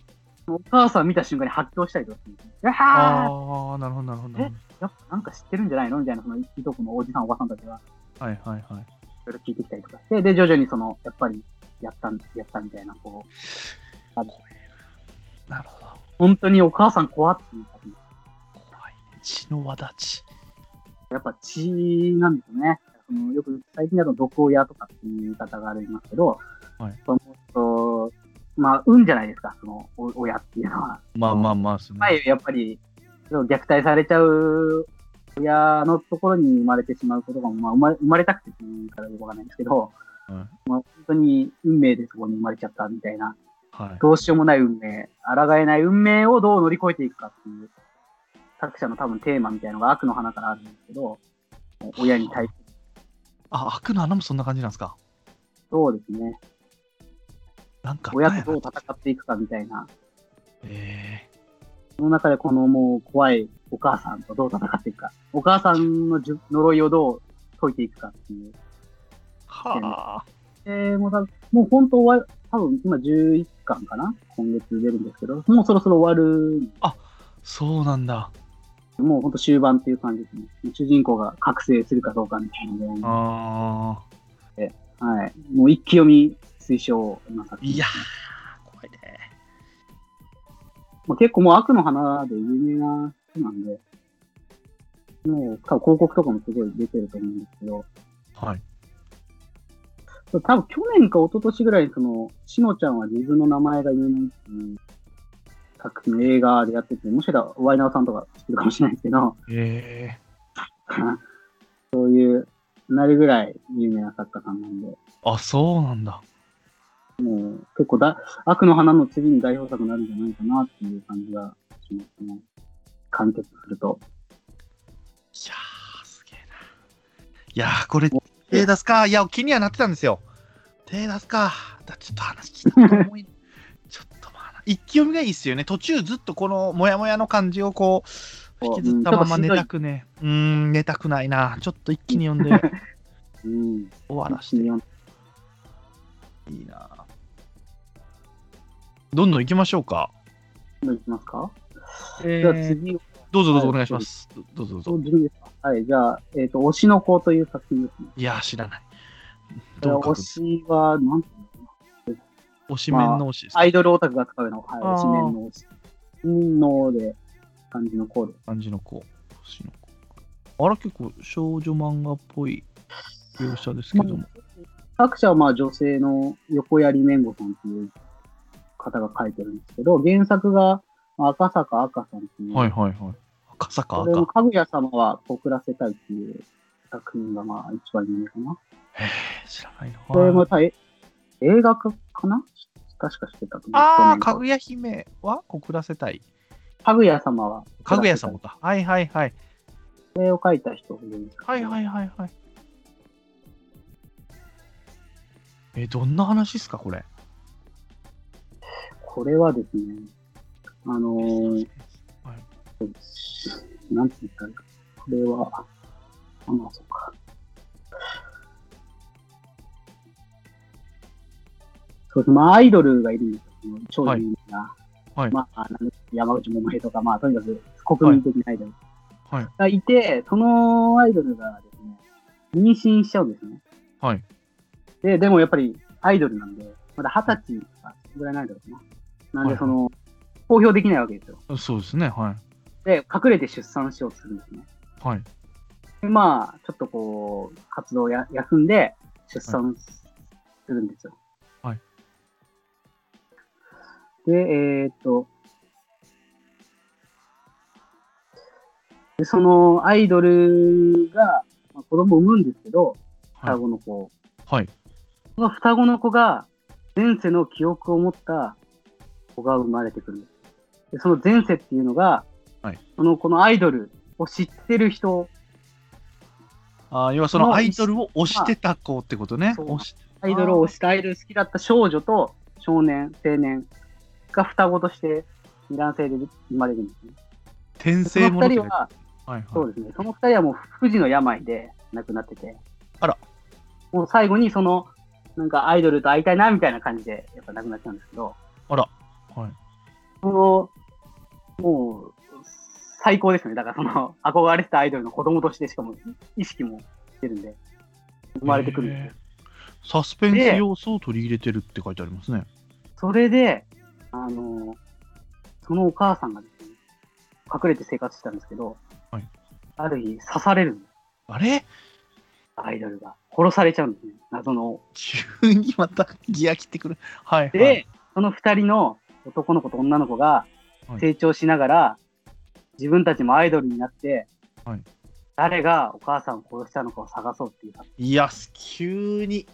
Speaker 1: お母さん見た瞬間に発狂したりとかするんですよ。やっは
Speaker 2: あー、なるほど、なるほど。なるほ
Speaker 1: ーやっぱなんか知ってるんじゃないのみたいな、そのいとこのおじさん、おばさんたちが
Speaker 2: どはいはいはい。
Speaker 1: いろいろ聞いてきたりとかして、で、徐々にその、やっぱり、やったん、やったみたいな、こう、
Speaker 2: なるほど。
Speaker 1: 本当にお母さん怖っていう感じ
Speaker 2: 怖いね。血の輪立ち。
Speaker 1: やっぱ血なんですよね。そのよく最近だと毒親とかっていう言い方がありますけど、
Speaker 2: はい
Speaker 1: そのとまあ、運じゃないですか、そのお親っていうのは。
Speaker 2: まあまあまあですね。
Speaker 1: 前やっぱり虐待されちゃう親のところに生まれてしまうことが、まあ、生まれ生まれたくてっていうからよくわかんないんですけど、
Speaker 2: うん
Speaker 1: まあ、本当に運命でそこに生まれちゃったみたいな、
Speaker 2: はい。
Speaker 1: どうしようもない運命、抗えない運命をどう乗り越えていくかっていう作者の多分テーマみたいのが悪の花からあるんですけど、親に対し
Speaker 2: あ、悪の穴もそんな感じなんですか。
Speaker 1: そうですね、
Speaker 2: なんかあ
Speaker 1: 親
Speaker 2: ったんや
Speaker 1: と
Speaker 2: な
Speaker 1: どう戦っていくかみたいな、
Speaker 2: え
Speaker 1: その中でこのもう怖いお母さんとどう戦っていくか、お母さんのじゅ呪いをどう解いていくかっていう。
Speaker 2: ー、はあ。
Speaker 1: えー、もうさもう本当は、多分今11巻かな今月出るんですけど、もうそろそろ終わる
Speaker 2: そうなんだ。
Speaker 1: もう本当終盤っていう感じですね。主人公が覚醒するかどうかみたいなので、は
Speaker 2: ああ。
Speaker 1: い。もう一気読み推奨な作品
Speaker 2: いやー、怖いね。
Speaker 1: まあ、結構もう悪の花で有名な人なんで、もう多分広告とかもすごい出てると思うんですけど、
Speaker 2: はい。
Speaker 1: 多分去年か一昨年ぐらいにその、しのちゃんは自分の名前が有名っていう作品の映画でやってて、もしかしたらワイナーさんとか知ってるかもしれないですけど、
Speaker 2: え
Speaker 1: そういう、なるぐらい有名な作家さんなんで、
Speaker 2: ー、あ、そうなんだ。
Speaker 1: もう結構だ、悪の花の次に代表作になるんじゃないかなっていう感じがしますね。完結すると。
Speaker 2: いやー、すげえな。いやー、これ、手出すか。いや、気にはなってたんですよ。手出すか。だちょっと話聞いたと思い、ちょっとまあな、一気読みがいいっすよね。途中ずっとこのモヤモヤの感じをこう、引きずったまま
Speaker 1: うん
Speaker 2: 寝
Speaker 1: ちょっとしんどい
Speaker 2: たくね。うーん、寝たくないな。ちょっと一気に読ん で
Speaker 1: うん。
Speaker 2: 終わらし
Speaker 1: 一気
Speaker 2: て
Speaker 1: に読ん
Speaker 2: いいな。どんどん行きましょうか。
Speaker 1: でいきますか、
Speaker 2: え
Speaker 1: じゃあ次を、
Speaker 2: どうぞどうぞお願いします。どうぞどうぞ。
Speaker 1: 自分ですかはい、じゃあ、えっ、と、推しの子という作品ですね。
Speaker 2: いやー、知らない。
Speaker 1: これ
Speaker 2: ど
Speaker 1: は
Speaker 2: うか
Speaker 1: 推しは、なんていうのか
Speaker 2: 推し面の推しです
Speaker 1: なアイドルオタクが使うような、はい、
Speaker 2: あー
Speaker 1: 推しメンの推し。うんので、漢字の子で。
Speaker 2: 感じの子、星の子。あら、結構少女漫画っぽい描写ですけども。
Speaker 1: 作者はまあ女性の横槍めんごさんっていう方が書いてるんですけど、原作が赤坂赤さんっていう、
Speaker 2: はいはいはい。赤坂
Speaker 1: これも
Speaker 2: 赤。
Speaker 1: かぐや様は告らせたいっていう作品がまあ一番有名かな。
Speaker 2: へえ、知らないな。
Speaker 1: これもた映画化かな確かしてたと思う。
Speaker 2: ああ、
Speaker 1: 去
Speaker 2: か
Speaker 1: 年
Speaker 2: ぐや姫は告らせたい。
Speaker 1: かぐや様は。
Speaker 2: かぐや様。か。はいはいはい。
Speaker 1: これを書いた人。
Speaker 2: はいはいいはいはい。え、どんな話っすか、これ。
Speaker 1: これはですね、あのー、なんて言ったらいいか。これは、あ、まあ、そうか。そうですね、まあ、アイドルがいるんですよ。超有名な。
Speaker 2: はいはい
Speaker 1: まあ、なん山口百恵とか、まあ、とにかく国民的なアイドル
Speaker 2: はい
Speaker 1: がいて、そのアイドルがですね、妊娠しちゃうんですね。
Speaker 2: はい。
Speaker 1: で、でもやっぱりアイドルなんで、まだ二十歳とかぐらいなんだろうな。なんで、その、公表できないわけですよ。
Speaker 2: そうですね、は
Speaker 1: で、隠れて出産しようとするんですね。
Speaker 2: い。はい。
Speaker 1: で、まあ、ちょっとこう、活動をや休んで、出産するんですよ。
Speaker 2: はい。
Speaker 1: で、えーっと、でそのアイドルが、まあ、子供を産むんですけど、
Speaker 2: はい
Speaker 1: 双子の子を
Speaker 2: はい。
Speaker 1: その双子の子が、前世の記憶を持った子が生まれてくるんです。でその前世っていうのが、
Speaker 2: はい
Speaker 1: そのこのアイドルを知ってる人、
Speaker 2: ああ、要はそのアイドルを推してた子ってことね。
Speaker 1: そう
Speaker 2: 推し
Speaker 1: アイドルを推してアイドル好きだった少女と少年、青年が双子として二卵性で生まれるんですね。
Speaker 2: 転
Speaker 1: その
Speaker 2: 生もの
Speaker 1: 二人
Speaker 2: って書いてある
Speaker 1: は、
Speaker 2: はい
Speaker 1: そう
Speaker 2: はい。
Speaker 1: ですね、その二人はもう不治の病で亡くなってて、
Speaker 2: あら。
Speaker 1: もう最後にその、なんかアイドルと会いたいなみたいな感じで、やっぱ亡くなっちゃうんですけど、
Speaker 2: あら。はい。
Speaker 1: その、もう、最高ですね。だからその、憧れてたアイドルの子供としてしかも、意識もしてるんで、生まれてくるんですよ。
Speaker 2: サスペンス要素を取り入れてるって書いてありますね。
Speaker 1: それで、あの、そのお母さんがですね、隠れて生活してたんですけど、
Speaker 2: はい
Speaker 1: ある日刺されるんです、
Speaker 2: あれ
Speaker 1: アイドルが。殺されちゃうんですね、謎の。
Speaker 2: 急にまたギア切ってくる。はい、
Speaker 1: で、
Speaker 2: はい。
Speaker 1: その二人の男の子と女の子が
Speaker 2: はい
Speaker 1: 成長しながら、自分たちもアイドルになって、
Speaker 2: はい
Speaker 1: 誰がお母さんを殺したのかを探そうっていう作
Speaker 2: いや、急に、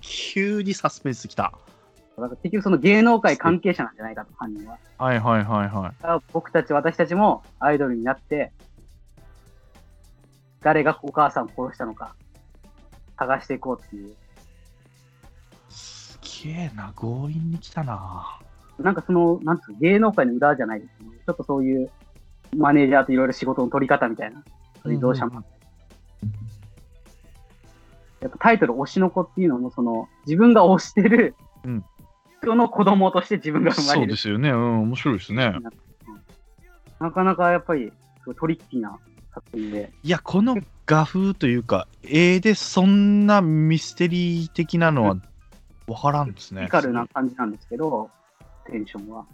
Speaker 2: 急にサスペンスきた。
Speaker 1: だから結局その芸能界関係者なんじゃないかと、犯人は。
Speaker 2: はいはいはいはい。
Speaker 1: だから僕たち、私たちもアイドルになって、誰がお母さんを殺したのか、探していこうっていう。
Speaker 2: すげえな、強引に来たな。
Speaker 1: なんかその、なんつうの、芸能界の裏じゃないですけど、ちょっとそういうマネージャーといろいろ仕事の取り方みたいな、そういう同社も
Speaker 2: うん
Speaker 1: やっぱタイトル、推しの子っていうのも、その、自分が推してる
Speaker 2: うん
Speaker 1: 人の子供として自分が生ま
Speaker 2: そ
Speaker 1: れ
Speaker 2: うで
Speaker 1: る。
Speaker 2: すよね。うん、面白いですね。
Speaker 1: なかなかやっぱり、すごいトリッキーな作品で、
Speaker 2: いや、この画風というか、絵でそんなミステリー的なのはわからんですね。
Speaker 1: ピカルな感じなんですけど、テンションは。
Speaker 2: はい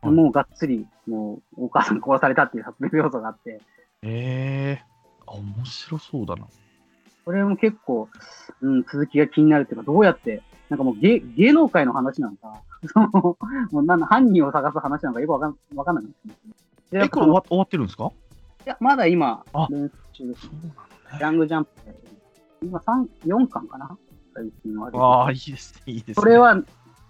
Speaker 1: もうがっつり、もう、お母さん殺されたっていう殺戮要素があって、
Speaker 2: ええあ面白そうだな。
Speaker 1: それも結構、うん、続きが気になるっていうか、どうやって、なんかもう芸芸能界の話なんか、 その、もうなん犯人を探す話なんかよくわかんわかんないんですけど。
Speaker 2: え、これ終わ終わってるんですか
Speaker 1: いや、まだ今
Speaker 2: あ、
Speaker 1: 練習中、
Speaker 2: そうな
Speaker 1: ヤングジャンプで、今三4巻かな最近は。
Speaker 2: ああ、いいですね、いいですね。
Speaker 1: それは、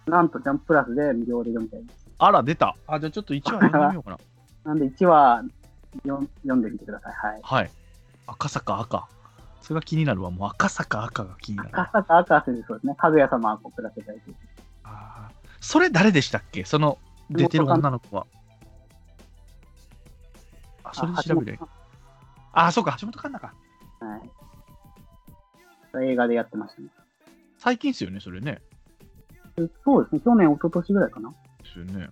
Speaker 1: なんとジャンププラスで無料で読みたいです。
Speaker 2: あら、出た。あ、じゃあちょっと一話読んでみようかな。
Speaker 1: なんで1話読ん読んでみてください。はい。
Speaker 2: はい。赤坂赤。それが気になるわ。もう赤坂赤が気になる。
Speaker 1: 赤坂赤瀬でそうですね。かぐや様はこうプラスで。
Speaker 2: あーそれ誰でしたっけその出てる女の子は。あ、それで調べる。
Speaker 1: 橋本
Speaker 2: あ、そうか、橋本環奈か。
Speaker 1: さんはい。映画でやってましたね。
Speaker 2: 最近ですよね、それね。
Speaker 1: そうですね。去年、一昨年ぐらいかな。
Speaker 2: ですよね。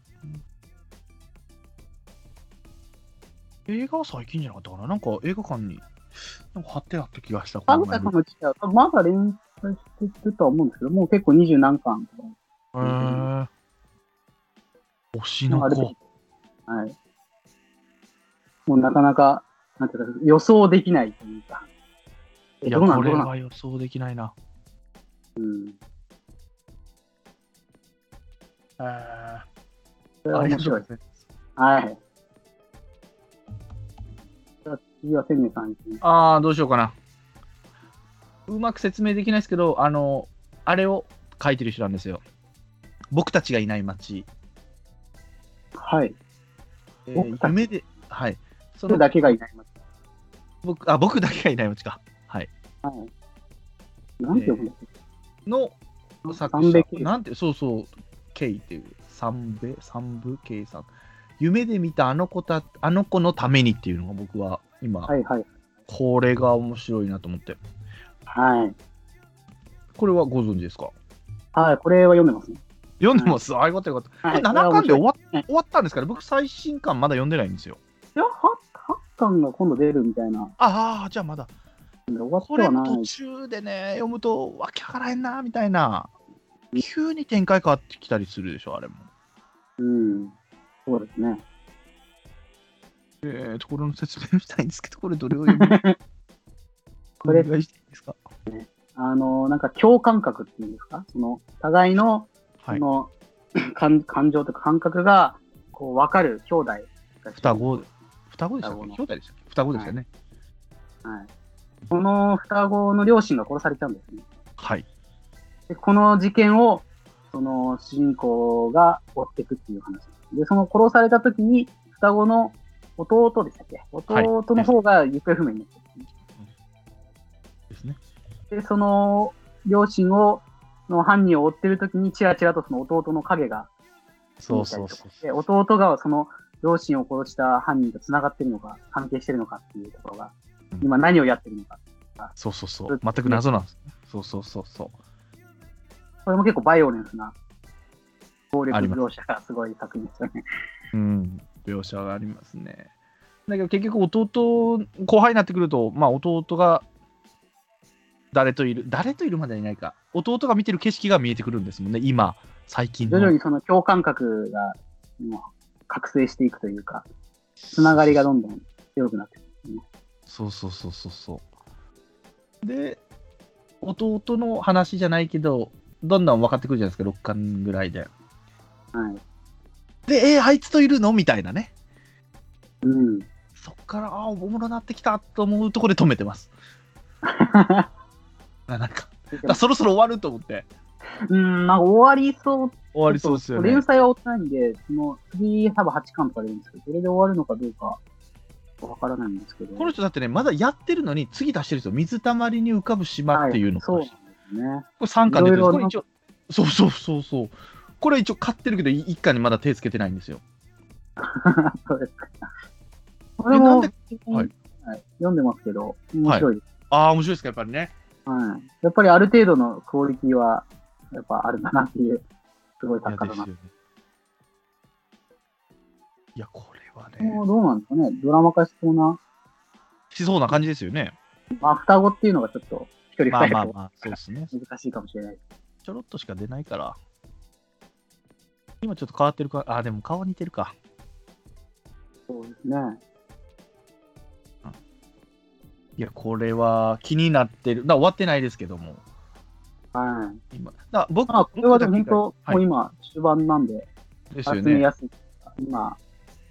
Speaker 2: 映画は最近じゃなかったかななんか映画館に、なんか貼ってあった気がした。
Speaker 1: かぐや様自体は多分まだ連載してるとは思うんですけど、もう結構二十何巻とか。
Speaker 2: へー推し
Speaker 1: な
Speaker 2: の
Speaker 1: んかあれ
Speaker 2: 子。
Speaker 1: はい。もうなかなか、なんていうか、予想できないというか。え
Speaker 2: いや、
Speaker 1: どうな
Speaker 2: こ
Speaker 1: んど
Speaker 2: れ
Speaker 1: うなん
Speaker 2: は予想できないな。
Speaker 1: うん。
Speaker 2: あ
Speaker 1: それは面白いです。はい。じゃあ次は千年さんですね。
Speaker 2: あー、どうしようかな。うまく説明できないですけど、あの、あれを書いてる人なんですよ。僕たちがいない街。
Speaker 1: はい。
Speaker 2: え
Speaker 1: 僕
Speaker 2: ー
Speaker 1: たち
Speaker 2: 夢で、はい。そ
Speaker 1: それ
Speaker 2: の
Speaker 1: だけがいないます。
Speaker 2: 僕あ、僕だけがいない街か。はい。
Speaker 1: はい。なんて呼ぶんですか、
Speaker 2: の
Speaker 1: 三
Speaker 2: 作者
Speaker 1: 部圭
Speaker 2: なんてそうそうケイっていう三部三部ケイさん夢で見たあの子たあの子のためにっていうのが僕は今、
Speaker 1: はいはい。
Speaker 2: これが面白いなと思って
Speaker 1: はい。
Speaker 2: これはご存知ですか
Speaker 1: はい、これは読んでますね。
Speaker 2: 読んでます、あよかったよかった、
Speaker 1: はい、
Speaker 2: これ7巻で終
Speaker 1: わ
Speaker 2: わ
Speaker 1: はい
Speaker 2: 終わったんですから僕最新巻まだ読んでないんですよ
Speaker 1: いや、8, 巻が今度出るみたいな。
Speaker 2: ああじゃあまだ
Speaker 1: 終わって
Speaker 2: これ
Speaker 1: は
Speaker 2: も
Speaker 1: ない
Speaker 2: 途。中でね読むとわけわからへんなみたいな急に展開変わってきたりするでしょあれも
Speaker 1: うん。そうですね。
Speaker 2: えー、ところの説明したいんですけどこれどれを読 む
Speaker 1: これ
Speaker 2: お願いしていいですか
Speaker 1: あの、なんか共感覚っていうんですかその、互いの、そ
Speaker 2: はい
Speaker 1: の、 感感情とか感覚が、こう、わかる兄弟が。
Speaker 2: 双子、双子でした
Speaker 1: 双
Speaker 2: っけ
Speaker 1: 子の
Speaker 2: 兄弟でしたっけ双子でしたよね。
Speaker 1: はい。この双子の両親が殺されちゃうんですね。
Speaker 2: はい。
Speaker 1: で、この事件を、その、主人公が追っていくっていう話。で、その殺された時に、双子の弟でしたっけ
Speaker 2: い
Speaker 1: 弟の方が行方不明になってるんですね
Speaker 2: ですね。
Speaker 1: で、その両親を、の犯人を追ってる時に、ちらちらとその弟の影が
Speaker 2: そうそうそう
Speaker 1: で、弟がその両親を殺した犯人と繋がってるのか、関係してるのかっていうところが、今何をやってるのか。
Speaker 2: そうそうそう。全く謎なんです。そうそうそうそう。
Speaker 1: これも結構バイオレンスな、暴力
Speaker 2: あります
Speaker 1: 描写がすごい作品ですよね。
Speaker 2: うん。描写がありますね。だけど結局弟、後輩になってくると、まあ弟が誰といる、誰といるまではいないか。弟が見てる景色が見えてくるんですもんね、今、最近
Speaker 1: 徐
Speaker 2: の。
Speaker 1: 々にその共感覚が、もう、覚醒していくというか、つながりがどんどん強くなっていく。
Speaker 2: そうそうそうそうそう。で、弟の話じゃないけど、どんどん分かってくるじゃないですか、6巻ぐらいで。
Speaker 1: はい。
Speaker 2: で、えーあいつといるのみたいなね。
Speaker 1: うん。
Speaker 2: そっから、あーおもろなってきたと思うところで止めてます。あなんか、だからそろそろ終わると思って。
Speaker 1: うん、なんか終わりそう。
Speaker 2: 終わりそうですよね
Speaker 1: 連。載は追ってないんで、その次多分8巻とか出るんですけど、それで終わるのかどうかわからないんですけど。
Speaker 2: この人だってね、まだやってるのに、次出してるんですよ。水たまりに浮かぶ島っていうの
Speaker 1: はそう
Speaker 2: こ
Speaker 1: なんですね。
Speaker 2: れ3巻出てる
Speaker 1: いろいろ
Speaker 2: これ一応、そうそうそうそう。これ一応買ってるけど、1巻にまだ手つけてないんですよ。
Speaker 1: そうですか。これ
Speaker 2: なん
Speaker 1: も
Speaker 2: で、はい
Speaker 1: はい読んでますけど、面白いです、
Speaker 2: ああ、面白いですか、やっぱりね。
Speaker 1: はいやっぱりある程度のクオリティは、やっぱあるんだなっていう、すごい
Speaker 2: いや、
Speaker 1: 作家だ
Speaker 2: です
Speaker 1: な
Speaker 2: よ。ね。いや、これは
Speaker 1: も
Speaker 2: ね、
Speaker 1: うどうなんですかね、ドラマ化しそうな、
Speaker 2: しそうな感じです よね。
Speaker 1: まあ、双子っていうのがちょっと、一人
Speaker 2: まあ
Speaker 1: 二
Speaker 2: まあ
Speaker 1: 人と
Speaker 2: まあ、そうですね。
Speaker 1: 難しいかもしれない。
Speaker 2: ちょろっとしか出ないから。今ちょっと変わってるか、あ、でも顔似てるか。
Speaker 1: そうですね。
Speaker 2: いや、これは気になってる。だ終わってないですけども。
Speaker 1: はい。
Speaker 2: 今だ僕
Speaker 1: まあ、これはでも本
Speaker 2: 僕
Speaker 1: 当、
Speaker 2: だけ
Speaker 1: も
Speaker 2: が
Speaker 1: う
Speaker 2: はい
Speaker 1: 今、終盤なんで、
Speaker 2: ですよ
Speaker 1: 集め
Speaker 2: ね。
Speaker 1: やすい。今、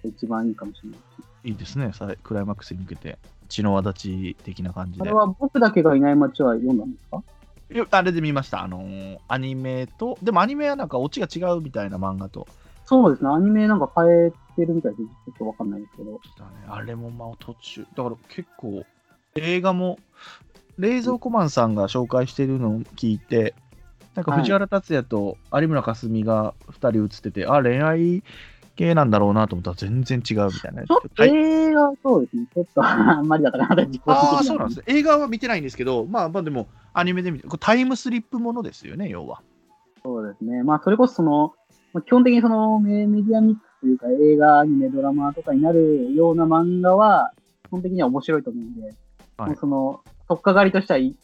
Speaker 1: 一番いいかもしれない。
Speaker 2: いいですね。さクライマックスに向けて。血の輪立ち的な感じ
Speaker 1: こ
Speaker 2: で
Speaker 1: れ。は僕だけがいない街は読んだんですか
Speaker 2: いやあれで見ました。あのーアニメと、でもアニメはなんかオチが違うみたいな漫画と。
Speaker 1: そうですね、アニメなんか変えてるみたいで、ちょっとわかんないですけど。
Speaker 2: だねあれもまあ途中。だから結構、映画も、冷蔵庫マンさんが紹介してるのを聞いて、なんか藤原竜也と有村架純が2人映ってて、あ、恋愛系なんだろうなと思ったら全然違うみたいな。
Speaker 1: ちょっと
Speaker 2: はい
Speaker 1: 映画、そうですね、ちょっとあんまりだったかな、私
Speaker 2: ああ、そうなんです
Speaker 1: ね。
Speaker 2: ね。映画は見てないんですけど、まあまあでも、アニメで見て、これタイムスリップものですよね、要は。
Speaker 1: そうですね、まあ、それこそその、まあ基本的にそのメメディアミックスというか、映画、アニメ、ドラマとかになるような漫画は、基本的には面白いと思うんで、
Speaker 2: はい
Speaker 1: もうその、特化狩りとしてはい、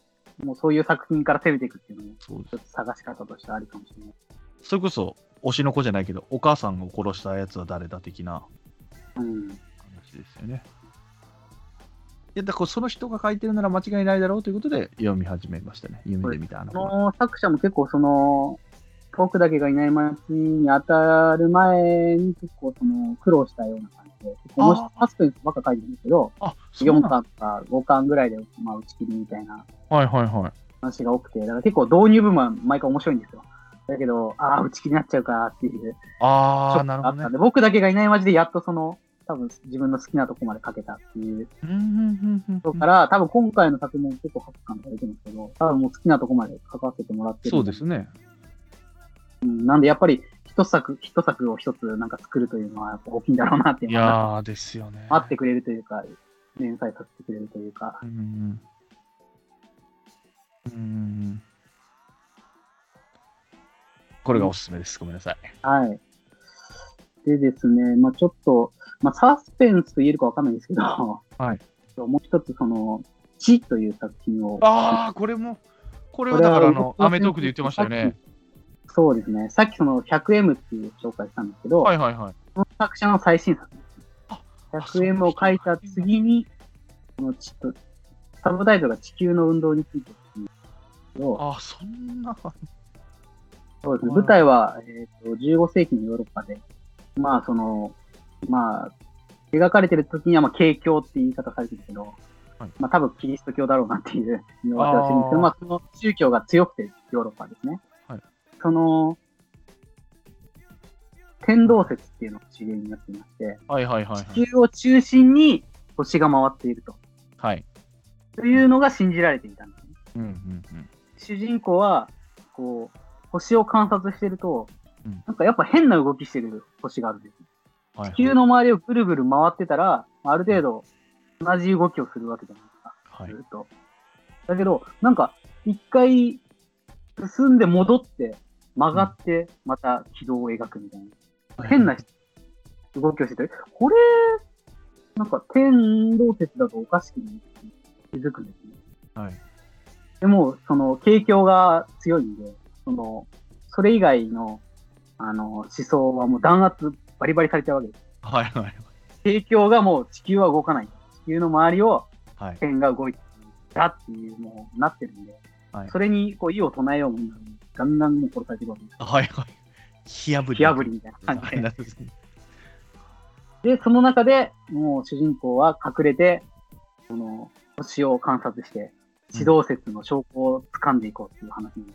Speaker 1: もうそういう作品から攻めていくっていうのも、
Speaker 2: そうで
Speaker 1: ちょっと探し方としてはありかもしれない。
Speaker 2: す。それこそ、推しの子じゃないけど、お母さんを殺したやつは誰だ的な
Speaker 1: うん、
Speaker 2: 話ですよね。いや、だからこうその人が書いてるなら間違いないだろうということで、読み始めましたね。夢で見たあの
Speaker 1: こ
Speaker 2: 子。
Speaker 1: の作者も結構その、僕だけがいない街に当たる前に結構その苦労したような感じで、結構面白い
Speaker 2: あー
Speaker 1: パスペンスばっか書いてるんですけど、
Speaker 2: あ、そ
Speaker 1: 4
Speaker 2: うなんだ。
Speaker 1: 巻か5巻ぐらいで、まあ、打ち切りみたいな
Speaker 2: はいはいはい。
Speaker 1: 話が多くて、だから結構導入部分は毎回面白いんですよ。だけど、ああ、打ち切りになっちゃうかっていう、
Speaker 2: あ
Speaker 1: ショッ
Speaker 2: あ、
Speaker 1: ク
Speaker 2: なる
Speaker 1: があっ
Speaker 2: ほ
Speaker 1: た
Speaker 2: ど
Speaker 1: ん
Speaker 2: ね。
Speaker 1: で、僕だけがいない街でやっとその、多分自分の好きなとこまで書けたっていう
Speaker 2: うんうんうんう
Speaker 1: と
Speaker 2: ん
Speaker 1: こから、多分今回の作品も結構8巻とか出てますけど、多分もう好きなとこまで書かせてもらってるん
Speaker 2: そうですね。
Speaker 1: うんなんでやっぱり一作、一作を一つなんか作るというのはやっぱ大きいんだろうなっていう
Speaker 2: い
Speaker 1: のは、
Speaker 2: やー、ですよね。
Speaker 1: 待ってくれるというか、連載させてくれるというか、
Speaker 2: うんうんうんこれがおすすめです。ごめんなさい。。
Speaker 1: はい。でですね、まあちょっと、まあサスペンスと言えるかわかんないですけど、はい もう一つその、地という作品を。
Speaker 2: ああ、これも、これはだからあの、アメトークで言ってましたよね。。
Speaker 1: そうですね。さっきその 100M っていう紹介したんですけど、
Speaker 2: はいはいはい。
Speaker 1: この作者の最新作
Speaker 2: あ。
Speaker 1: 100M を書いた次に、このちょっと、サブタイトルが地球の運動についてっていう
Speaker 2: ああ、そんな。
Speaker 1: そうですね。
Speaker 2: はい
Speaker 1: 舞台は、えー、と15世紀のヨーロッパで、まあ、その、まあ、描かれてる時には、まあ、景教って言い方されてるけど、
Speaker 2: はい
Speaker 1: まあ、多分キリスト教だろうなっていう見分けはしてるんですけ
Speaker 2: あー
Speaker 1: ど、まあ、その宗教が強くて、ヨーロッパですね。
Speaker 2: はい
Speaker 1: その、天動説っていうのが主流になっていまして、
Speaker 2: はいはいはいはい。
Speaker 1: 地球を中心に星が回っていると
Speaker 2: はい。
Speaker 1: というのが信じられていたんですね。
Speaker 2: うんうんうん。
Speaker 1: 主人公は、こう、星を観察してると、
Speaker 2: うん
Speaker 1: なんかやっぱ変な動きしてる星があるんですよ。
Speaker 2: はいは
Speaker 1: 地
Speaker 2: い
Speaker 1: 球の周りをぐるぐる回ってたら、ある程度同じ動きをするわけじゃないですか、
Speaker 2: はい
Speaker 1: ずっと。だけど、なんか一回進んで戻って、曲がって、また軌道を描くみたいな。変な動きをしてて、これ、なんか天動説だとおかしくないって気づくんですね。
Speaker 2: はい。
Speaker 1: でも、その、景況が強いんで、その、それ以外の、あの、思想はもう弾圧バリバリされちゃうわけです。
Speaker 2: はいはい
Speaker 1: 景況がもう地球は動かない。地球の周りを
Speaker 2: はい。
Speaker 1: 天が動いてだっていう、もう、なってるんで、
Speaker 2: はい
Speaker 1: それに、こう、意を唱えようもんなのに、ガンガンもう殺されていくわけです。
Speaker 2: はいはい。火あぶり。
Speaker 1: 火あぶりみたいな
Speaker 2: は
Speaker 1: 感
Speaker 2: い。
Speaker 1: じ
Speaker 2: なるほどね
Speaker 1: で。で、その中で、もう主人公は隠れて、その、星を観察して、地動説の証拠を掴んでいこうっていう話に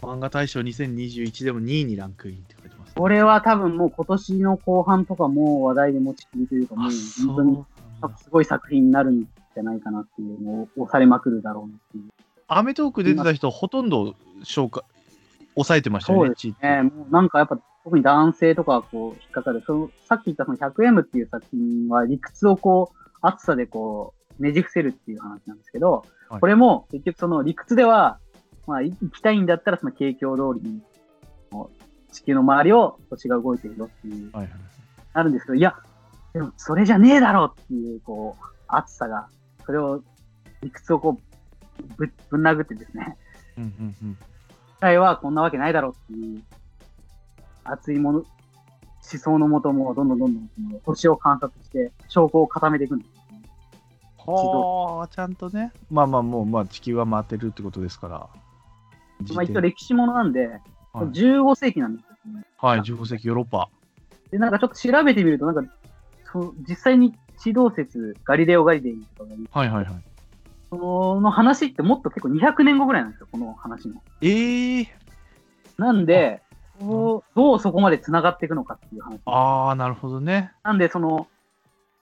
Speaker 2: 漫画大賞2021でも2位にランクインって書いてます。
Speaker 1: これは多分もう今年の後半とかもう話題で持ちきりというか、も
Speaker 2: あ、
Speaker 1: う
Speaker 2: そ
Speaker 1: 本
Speaker 2: う
Speaker 1: 当
Speaker 2: なん
Speaker 1: に
Speaker 2: だ。
Speaker 1: 多分すごい作品になるんじゃないかなっていうのを押されまくるだろうなっていう。
Speaker 2: アメトーク出てた人、ほとんど紹介、抑えてましたよ
Speaker 1: そう
Speaker 2: ね、
Speaker 1: で
Speaker 2: チ
Speaker 1: ね、
Speaker 2: ー
Speaker 1: もうなんかやっぱ特に男性とかはこう引っかかる。そのさっき言ったその 100M っていう作品は理屈をこう、熱さでこう、ねじ伏せるっていう話なんですけど、
Speaker 2: はい
Speaker 1: これも結局その理屈では、まあい行きたいんだったらその景況通りに、こう地球の周りを星が動いてるよっていう
Speaker 2: はいはい
Speaker 1: なるんですけど、いや、でもそれじゃねえだろうっていう、こう、熱さが、それを、理屈をこう、ぶぶん殴ってですね、
Speaker 2: うんうんうん
Speaker 1: 実際はこんなわけないだろうっていう、熱いもの、思想のもとも、どんどんどんどん、その星を観察して、証拠を固めていくんです。
Speaker 2: はあ、ちゃんとね。まあまあ、もう、まあ、地球は回ってるってことですから。
Speaker 1: まあ一応
Speaker 2: はい
Speaker 1: 歴史ものなんで、15世紀なんですよね。
Speaker 2: はい、15世紀ヨーロッパ。
Speaker 1: で、なんかちょっと調べてみると、なんか、そう実際に地動説、ガリレオ・ガリレイとかがいる
Speaker 2: はいはいはい。
Speaker 1: その話ってもっと結構200年後ぐらいなんですよ、この話の。
Speaker 2: ええ
Speaker 1: なんで、こうどうそこまで繋がっていくのかっていう話。
Speaker 2: ああ、なるほどね。
Speaker 1: なんで、その、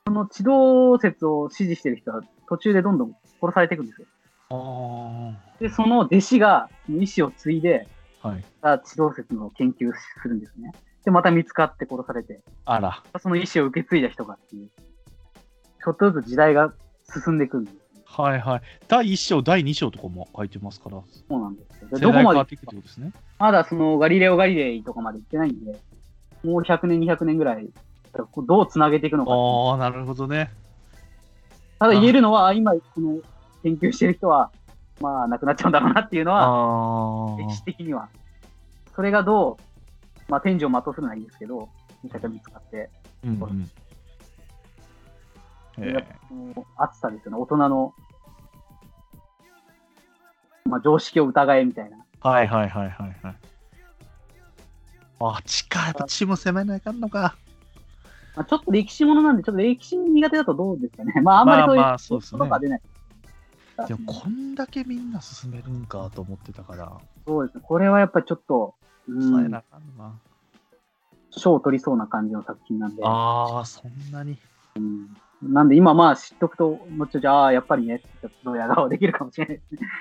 Speaker 1: その地動説を支持してる人は途中でどんどん殺されていくんですよ。
Speaker 2: ああ。
Speaker 1: で、その弟子が意志を継いで、
Speaker 2: はい。
Speaker 1: あ地動説の研究をするんですね。で、また見つかって殺されて、
Speaker 2: あら。
Speaker 1: その意志を受け継いだ人がっていう、ちょっとずつ時代が進んでいくんです。
Speaker 2: はいはい。第1章、第2章とかも書いてますから、
Speaker 1: そうなんですよ。で
Speaker 2: 世
Speaker 1: どこ
Speaker 2: 代変
Speaker 1: ま
Speaker 2: わっ
Speaker 1: で
Speaker 2: ていくってことですね。
Speaker 1: まだそのガリレオ・ガリレイとかまで行ってないんで、もう100年、200年ぐらい、どう繋げていくのかっていう
Speaker 2: ああ、なるほどね。
Speaker 1: ただ言えるのは、今、この研究してる人は、まあ、亡くなっちゃうんだろうなっていうのは、
Speaker 2: あ
Speaker 1: 歴史的には。それがどう、まあ、天井を的するのはいいんですけど、めちゃくちゃ見つかって、
Speaker 2: うんうん。え
Speaker 1: やっぱもう熱さですよね、大人の、まあ、常識を疑えみたいな。
Speaker 2: えはいはいはいはいはい。あ、地下、やっぱ地も攻めないかんのか。
Speaker 1: まあ、ちょっと歴史ものなんで、ちょっと歴史苦手だとどうですかね。まあ、あんまりそういう
Speaker 2: まあまあそうですね
Speaker 1: ことが出ない。
Speaker 2: でも、こんだけみんな進めるんかと思ってたから、
Speaker 1: そうですね。これはやっぱちょっと、う
Speaker 2: 抑え
Speaker 1: ん
Speaker 2: な、あかんのな。
Speaker 1: 賞を取りそうな感じの作品なんで。
Speaker 2: ああ、そんなに。
Speaker 1: なんで今まあ知っとくと、もうちょいじゃあ、やっぱりね、ちょっとドヤ顔できるかもしれないですね。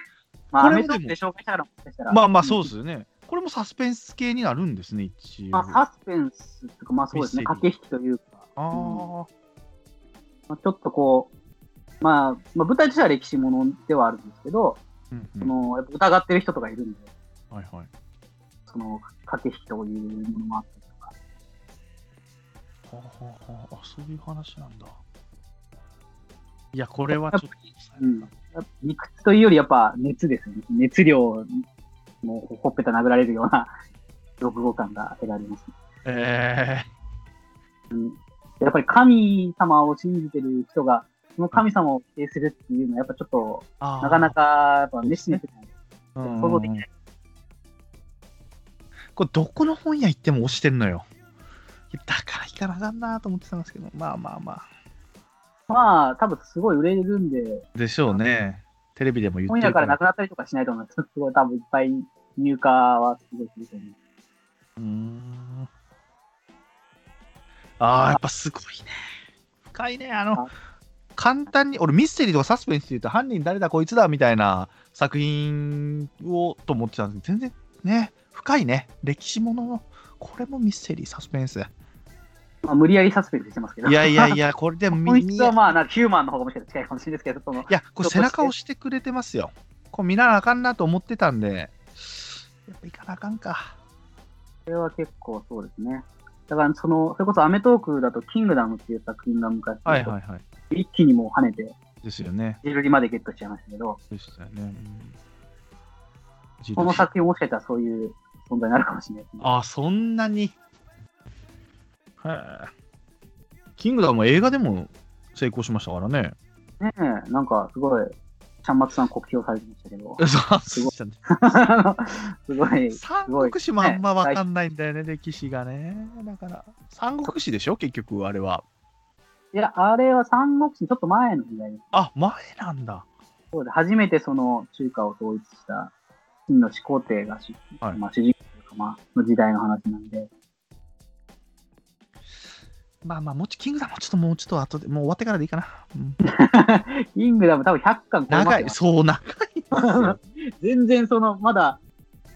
Speaker 1: まあ、
Speaker 2: こ
Speaker 1: ア
Speaker 2: れも
Speaker 1: メト
Speaker 2: でも
Speaker 1: ークで紹介したからもしかしたら。
Speaker 2: まあまあ、そ
Speaker 1: で。
Speaker 2: うですすよね。これもサスペンス系になるんですね、一応。
Speaker 1: まあ、サスペンスとか、まあそうですね、
Speaker 2: ミス
Speaker 1: 駆
Speaker 2: テ
Speaker 1: け引きというか、
Speaker 2: あー
Speaker 1: まあ、ちょっとこう、まあ、まあ、舞台自体は歴史ものではあるんですけど、
Speaker 2: うんう
Speaker 1: そ
Speaker 2: ん
Speaker 1: のやっぱ疑ってる人とかいるんで、
Speaker 2: はいはい。
Speaker 1: その駆け引きというものもあったりとか、
Speaker 2: はあはあはあ、あそういう話なんだ。いや、これはちょっと。
Speaker 1: うん、やっぱ理屈というよりやっぱ熱ですよね。熱量、もうほっぺた殴られるような 独語感が得られます、ね。
Speaker 2: え
Speaker 1: やっぱり神様を信じてる人が、その神様を否定するっていうのは、やっぱちょっと、
Speaker 2: ー、あー
Speaker 1: なかな、か、やっぱ熱心な人じゃない
Speaker 2: うん
Speaker 1: 想像できない。
Speaker 2: これ、どこの本屋行っても押してんのよ。いやだから行かなあかんなと思ってたんですけど、まあまあまあ。
Speaker 1: まあ、多分すごい売れるんで、
Speaker 2: でしょうね。テレビでも言っ
Speaker 1: 本
Speaker 2: て
Speaker 1: 屋
Speaker 2: る
Speaker 1: か
Speaker 2: から
Speaker 1: な
Speaker 2: ら。
Speaker 1: くなったりとかしないと思うんですけど すごい多分いっぱい入荷はすごいすると思う。
Speaker 2: うーんああ、やっぱすごいね。深いね。あの
Speaker 1: あ、
Speaker 2: 簡単に、俺ミステリーとかサスペンスって言うと、犯人誰だこいつだみたいな作品をと思ってたんですけど、全然ね、深いね。歴史ものの、これもミステリー、サスペンス。
Speaker 1: まあ、無理やりサスペンスしてますけど。
Speaker 2: いやいやいや、これで も
Speaker 1: 本
Speaker 2: み、みい
Speaker 1: 質は
Speaker 2: や、
Speaker 1: まあ、なんかヒューマンの方がもしかしたら近いかもしれないですけど、その、
Speaker 2: これ背中を押してくれてますよ。これ見なあかんなと思ってたんで、やっぱ行かなあかんか。
Speaker 1: それは結構そうですね。だから、その、それこそアメトークだと、キングダムっていう作品が昔、
Speaker 2: はいはいはい。
Speaker 1: 一気にもう跳ねて、
Speaker 2: ですよね。
Speaker 1: ジルリまでゲットしちゃいましたけ ど、
Speaker 2: でしたよね。うん
Speaker 1: この作品もしかしたらそういう存在になるかもしれないですね。
Speaker 2: あ、そんなに。へえキングダムは映画でも成功しましたからね。、
Speaker 1: ねえ、なんかすごい、ちゃんまつさん酷評されてましたけど
Speaker 2: す
Speaker 1: ごい
Speaker 2: 三
Speaker 1: すごい、
Speaker 2: 国志もあんま分かんないんだよね、歴史がね。だから、三国志でしょ、結局、あれは。
Speaker 1: いや、あれは三国志ちょっと前の時代です。
Speaker 2: あ、前なんだ。
Speaker 1: そうで初めてその中華を統一した真の始皇帝がし、
Speaker 2: はい
Speaker 1: まあ、主人公というか、まあ、の時代の話なんで、
Speaker 2: まあまあ、もちキングダムはちょっともうちょっと後で、もう終わってからでいいかな。うん
Speaker 1: キングダム多分100巻超えま
Speaker 2: 長
Speaker 1: すよ
Speaker 2: い、そう、長いんですよ。
Speaker 1: 全然その、まだ、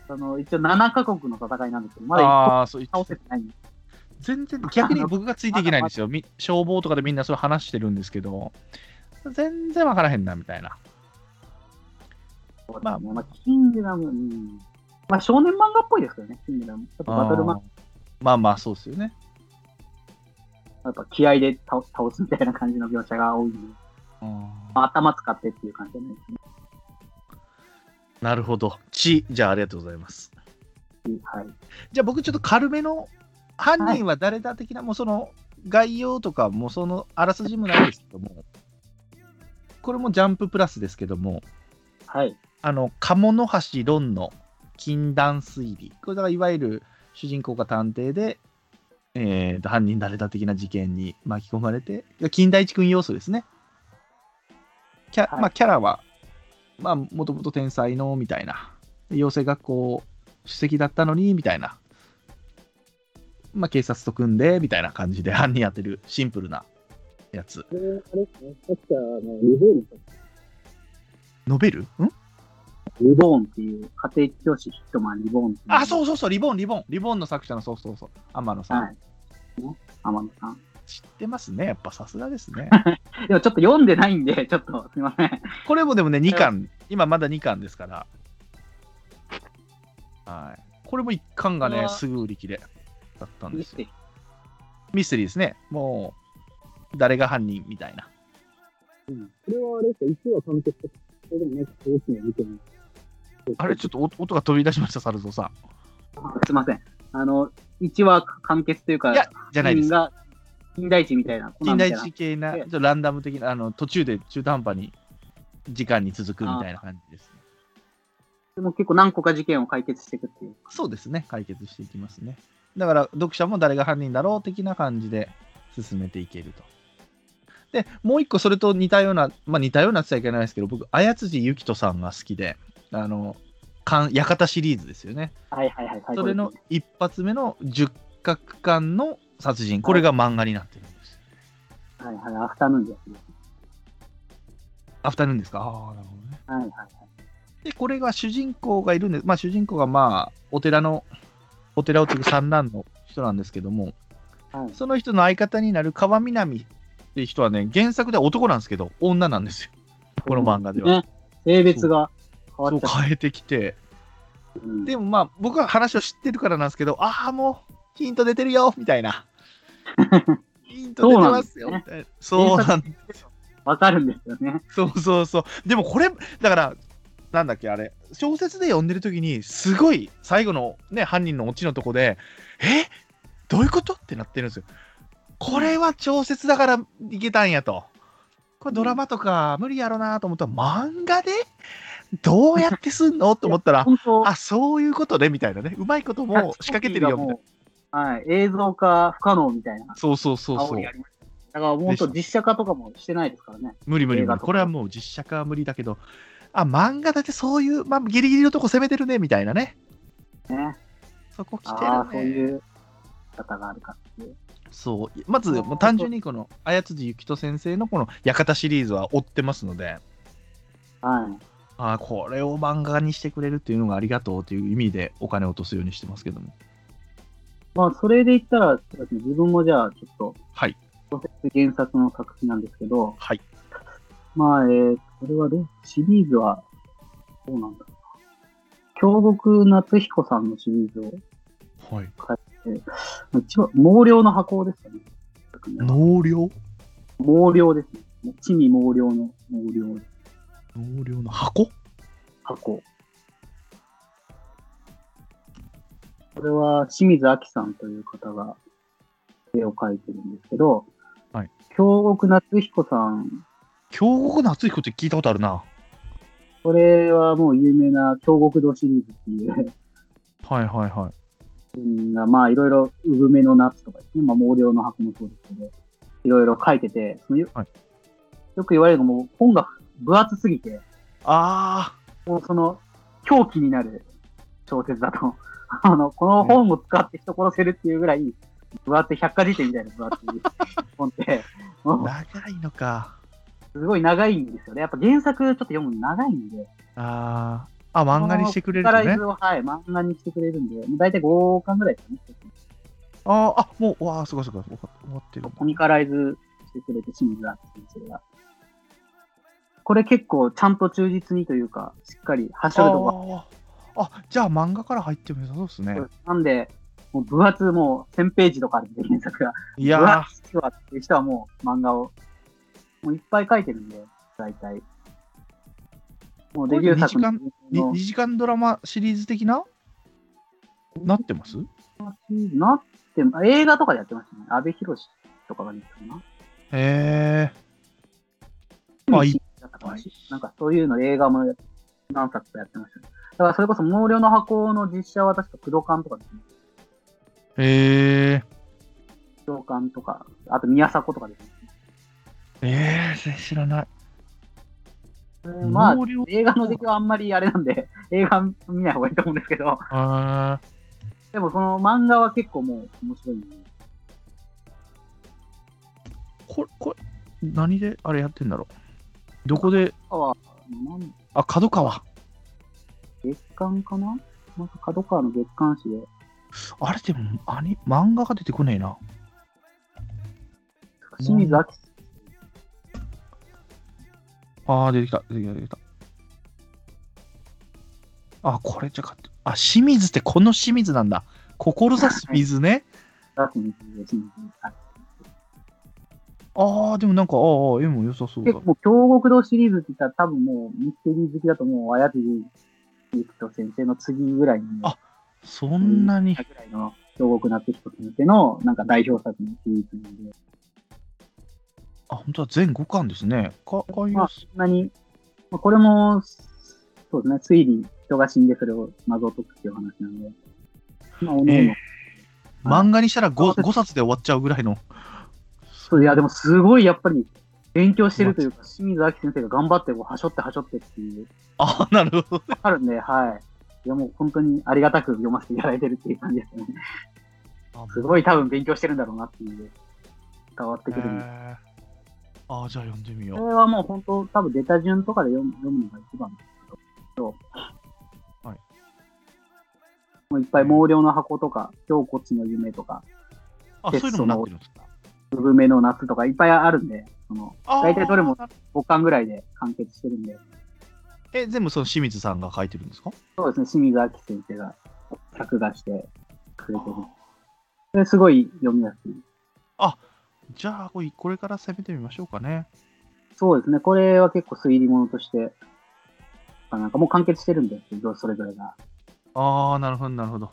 Speaker 1: その、一応7カ国の戦いなんですけど、まだ一
Speaker 2: ああ、そう、
Speaker 1: 個も倒せてないんで
Speaker 2: 全然、逆に僕がついていけない んですよ。み消防とかでみんなそれ話してるんですけど、全然わからへんな、みたいな。
Speaker 1: す
Speaker 2: まあ
Speaker 1: まあ、キングダム、うん。まあ、少年漫画っぽいですけどね、キングダム。ちょっとバトルマン
Speaker 2: あーまあまあ、そうですよね。
Speaker 1: やっぱ気合で倒倒すみたいな感じの描写が多いんで、
Speaker 2: うん
Speaker 1: まあ頭使ってっていう感じじゃないです
Speaker 2: なるほど。ち、じゃあありがとうございます。
Speaker 1: ね。はい。
Speaker 2: じゃあ僕ちょっと軽めの、犯人は誰だ的な、もうその概要とか、もうそのあらすじもないですけども、これもジャンププラスですけども、
Speaker 1: はい。
Speaker 2: あの、鴨の橋論の禁断推理。これだからいわゆる主人公が探偵で、えーと犯人誰だ的な事件に巻き込まれて、金田一君要素ですね。キャ,、
Speaker 1: はい
Speaker 2: まあ、キャラは、まあ、もともと天才の、みたいな。養成学校主席だったのに、みたいな。まあ、警察と組んで、みたいな感じで犯人やってるシンプルなやつ。
Speaker 1: これ、あれですね、さっきあの、リボーンと、
Speaker 2: ノベルん
Speaker 1: リボーンっていう、家庭教師ヒットマンリボーンっていう。
Speaker 2: あ、そううそうそう、リボン、リボン。リボンの作者の、そうそうそう、天野さん。
Speaker 1: はい。ね天野さん。
Speaker 2: 知ってますね。やっぱさすがですね。
Speaker 1: でもちょっと読んでないんで、ちょ っとすいません。
Speaker 2: これもでもね、2巻、今まだ2巻ですから。はい。これも1巻が
Speaker 1: う
Speaker 2: ね、
Speaker 1: わ
Speaker 2: すぐ売り切れだったんですよ。
Speaker 1: て
Speaker 2: ミステリーですね。もう、誰が犯人みたいな。
Speaker 1: これはあれですか、1話完結それでもね、どうす見ても。
Speaker 2: あれ、ちょっと音音が飛び出しました、猿蔵さ
Speaker 1: すいません。あの、1話完結というか、
Speaker 2: ん。いや、じゃないです。
Speaker 1: が、金田一みたいな。コナ
Speaker 2: 近
Speaker 1: ンみた
Speaker 2: 代
Speaker 1: いな
Speaker 2: 一系な、
Speaker 1: え
Speaker 2: ち
Speaker 1: え
Speaker 2: ょっとランダム的な、あの途中で中途半端に時間に続くみたいな感じですね。
Speaker 1: でも結構何個か事件を解決していくっていう。
Speaker 2: そうですね、解決していきますね。だから、読者も誰が犯人だろう的な感じで進めていけると。で、もう一個、それと似たような、まあ似たようなって言っちゃいけないですけど、僕、綾辻ゆきとさんが好きで、あの、館館シリーズですよね。
Speaker 1: はいはいはい。最後
Speaker 2: それの
Speaker 1: ですね
Speaker 2: 一発目の十角館の殺人、これが漫画になってるんです。
Speaker 1: はいはい、アフタヌーンですね。
Speaker 2: アフタヌーンですかああ、なるほどね。
Speaker 1: はいはいはい。
Speaker 2: で、これが主人公がいるんです。まあ、主人公がまあ、お寺の、お寺を継ぐ三男の人なんですけども、
Speaker 1: はい
Speaker 2: その人の相方になる川南っていう人はね、原作では男なんですけど、女なんですよ。この漫画では。
Speaker 1: ね、性別が変わ
Speaker 2: そう
Speaker 1: っちゃっ
Speaker 2: 変えてきて。
Speaker 1: た。うん
Speaker 2: でもまあ、僕は話を知ってるからなんですけど、ああ、もうヒント出てるよみたいな。ヒント出てますよ。みたいなそうなん
Speaker 1: わかるんですよね。
Speaker 2: そうそうそう。でもこれ、だから、なんだっけ、あれ、小説で読んでる時に、すごい最後のね、犯人のオチのとこで、えどういうことってなってるんですよ。これは小説だからいけたんやと。これドラマとか無理やろなと思ったら、漫画でどうやってすんのと思っ たら、
Speaker 1: 本当、
Speaker 2: あ、そういうことね、みたいなね。うまいことも仕掛けてるよ、みたいな。
Speaker 1: な。はい、映像化不可能みたいな。
Speaker 2: そうそうそうそ
Speaker 1: 煽
Speaker 2: う
Speaker 1: りあ。りましただから本当
Speaker 2: でした
Speaker 1: 実写化とかもしてないですからね。
Speaker 2: 無理無理
Speaker 1: 映
Speaker 2: 無
Speaker 1: 画
Speaker 2: 理。
Speaker 1: とか
Speaker 2: これはもう実写化は無理だけど、あ、漫画だってそういう、まあ、ギリギリのとこ攻めてるね、みたいなね。
Speaker 1: ね
Speaker 2: そこ来て
Speaker 1: ああ、そう
Speaker 2: るね。
Speaker 1: いう方があるかっていう。
Speaker 2: そうまず、もう単純にこの、綾辻ゆきと先生のこの館シリーズは追ってますので、
Speaker 1: はい。
Speaker 2: あーこれを漫画にしてくれるっていうのがありがとうという意味でお金を落とすようにしてますけども。
Speaker 1: まあ、それで言ったら、そうですね自分もじゃあ、ちょっ
Speaker 2: はい。
Speaker 1: と、原作の作品なんですけど、
Speaker 2: はい。
Speaker 1: まあ、えー、これはどう、シリーズは、どうなんだろうな。京極夏彦さんのシリーズを、
Speaker 2: はい。
Speaker 1: 一番、毛量の箱ですかね。
Speaker 2: 納涼
Speaker 1: 毛量ですね。地味毛量の毛量
Speaker 2: 納涼の箱
Speaker 1: 箱。これは清水明さんという方が絵を描いてるんですけど、
Speaker 2: はい、
Speaker 1: 京極夏彦さん、
Speaker 2: 京極夏彦って聞いたことあるな。
Speaker 1: これはもう有名な京極堂シリーズっていう
Speaker 2: はいはいはい。
Speaker 1: うんまあいろいろ産めの夏とかですね、まあ、毛量の箱もそうですけど、いろいろ書いてて、そのよ
Speaker 2: はい
Speaker 1: よく言われるのがもう本が分厚すぎて、
Speaker 2: あ
Speaker 1: もうその、狂気になる小説だと、 あの、この本を使って人殺せるっていうぐらい、分厚い百科事典みたいな分厚い 本って、もう
Speaker 2: 長いのか。
Speaker 1: すごい長いんですよね。やっぱ原作ちょっと読むの長いんで、
Speaker 2: あーあ、漫画にしてくれる
Speaker 1: カ
Speaker 2: の
Speaker 1: ラ
Speaker 2: ね
Speaker 1: イ。ズを、はい、漫画にしてくれるんで、もう大体5巻ぐらいですかね。
Speaker 2: あーあ、もう、わあ、すごいすごい。終わ終わってるんだ。
Speaker 1: コミカライズしてくれて、清水アーティスが。これ結構ちゃんと忠実にというか、しっかり走るとこ
Speaker 2: あーあ、じゃあ漫画から入っても良さそうですね
Speaker 1: が。なんで、もう分厚い、もう1000ページとかあるんで、原作が。
Speaker 2: いうや
Speaker 1: わ好きわっていう人はもう漫画を、もういっぱい書いてるんで、大体。もうデビュー作の
Speaker 2: こー、2時間ドラマシリーズ的ななってます
Speaker 1: なって、映画とかでやってましたね。阿部寛とかが出てたかな。
Speaker 2: へえ。まあいい
Speaker 1: だったかななんかそういうの映画も何作かやってましたね。だからそれこそ、毛量の箱の実写は確か、工藤館とかですね。
Speaker 2: へえ。
Speaker 1: 工藤館とか、あと宮迫とかですね。
Speaker 2: ええ、知らない。
Speaker 1: まあ
Speaker 2: 納涼、
Speaker 1: 映画の出来はあんまりあれなんで、映画見ない方がいいと思うんですけど、
Speaker 2: あ
Speaker 1: でもその漫画は結構もう面白いんで、
Speaker 2: これ、これ、何であれやってんだろう。どこで、
Speaker 1: あは、なん
Speaker 2: あ、角川。
Speaker 1: 月刊かななんか角川の月刊誌で、
Speaker 2: あれでも、アニ漫画が出てこねえな。
Speaker 1: 清水明
Speaker 2: ああ、出てきた、出てきた、出てきた。あ、これじゃかって。あ、清水ってこの清水なんだ。志す水ね。
Speaker 1: だと思うんですよ清水明
Speaker 2: ああ、でもなんか、ああ、絵も良さそうだ
Speaker 1: 結。構、京極堂シリーズって言ったら多分もうミステリー好きだともう、綾辻ゆきと先生の次ぐらいに、
Speaker 2: あそんなに
Speaker 1: ぐ。らいの京極夏彦先生のなんか代表作のシリーズなんで、
Speaker 2: あ、本当は全5巻ですね。か、かい
Speaker 1: まあそんなに、まあ、これも、そうですね、推理、人が死んでそれを謎を解くっていう話なんで、まあ、おのおの
Speaker 2: え
Speaker 1: まあ
Speaker 2: 漫画にしたら
Speaker 1: そ
Speaker 2: 5,
Speaker 1: う
Speaker 2: 5冊で終わっちゃうぐらいの。
Speaker 1: そういや、でもすごいやっぱり勉強してるというか、清水明先生が頑張って、こう、はしょってはしょってっていう、
Speaker 2: ああ、なるほど。
Speaker 1: あるんで、はい。いや、もう本当にありがたく読ませていただいてるっていう感じですね。すごい多分勉強してるんだろうなっていう、伝わってくるんで。
Speaker 2: へーああ、じゃあ読んでみよ
Speaker 1: こ
Speaker 2: う。
Speaker 1: れはもう本当、多分出た順とかで読む読むのが一番ですけど、そう
Speaker 2: はい
Speaker 1: もういっぱい毛量の箱とか、胸骨の夢とか、
Speaker 2: あ、そういうのもなってるんですか。
Speaker 1: うぶめの夏とかいっぱいあるんで、その
Speaker 2: あー
Speaker 1: 大体どれも。5巻ぐらいで完結してるんで、
Speaker 2: え、全部その清水さんが書いてるんですか
Speaker 1: そうですね、清水明先生が作画してくれてる。それすごい読みやすい。
Speaker 2: じゃあこれ、これから攻めてみましょうかね。
Speaker 1: そうですね、これは結構推理物として、なんかもう完結してるんですけど、それぞれが。
Speaker 2: ああ、なるほど、なるほど。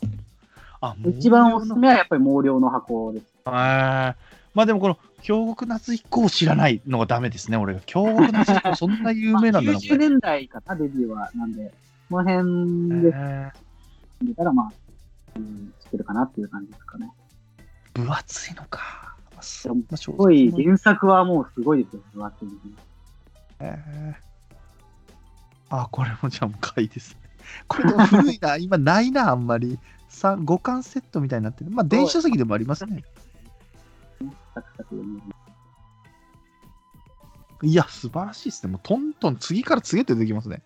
Speaker 2: あ、
Speaker 1: 一番おすす
Speaker 2: め。
Speaker 1: めはやっぱり毛量の箱です。
Speaker 2: えーまあでもこの、京極夏彦を知らないのがダメですね、俺が。京極夏彦、そんな有名なん
Speaker 1: ま
Speaker 2: だな、
Speaker 1: あ
Speaker 2: こ
Speaker 1: 90
Speaker 2: れ。
Speaker 1: 年代かな、デビューは。なんで、この
Speaker 2: え
Speaker 1: 辺で
Speaker 2: ー
Speaker 1: 見たら、まあ、うん、知ってるかなっていう感じですかね。
Speaker 2: 分厚いのか。まあそんな小
Speaker 1: す
Speaker 2: 説
Speaker 1: ご
Speaker 2: も
Speaker 1: い、原作はもうすごいですよ、分厚いんで
Speaker 2: えーあ、これもじゃあもう買いですね。これでも古い な、今ないな、あんまり。さ五巻セットみたいになってる。まあ、電子書籍でもありますね。
Speaker 1: サクサク読める
Speaker 2: いや、素晴らしいですね。もうトントン、次から次へと出てきますね。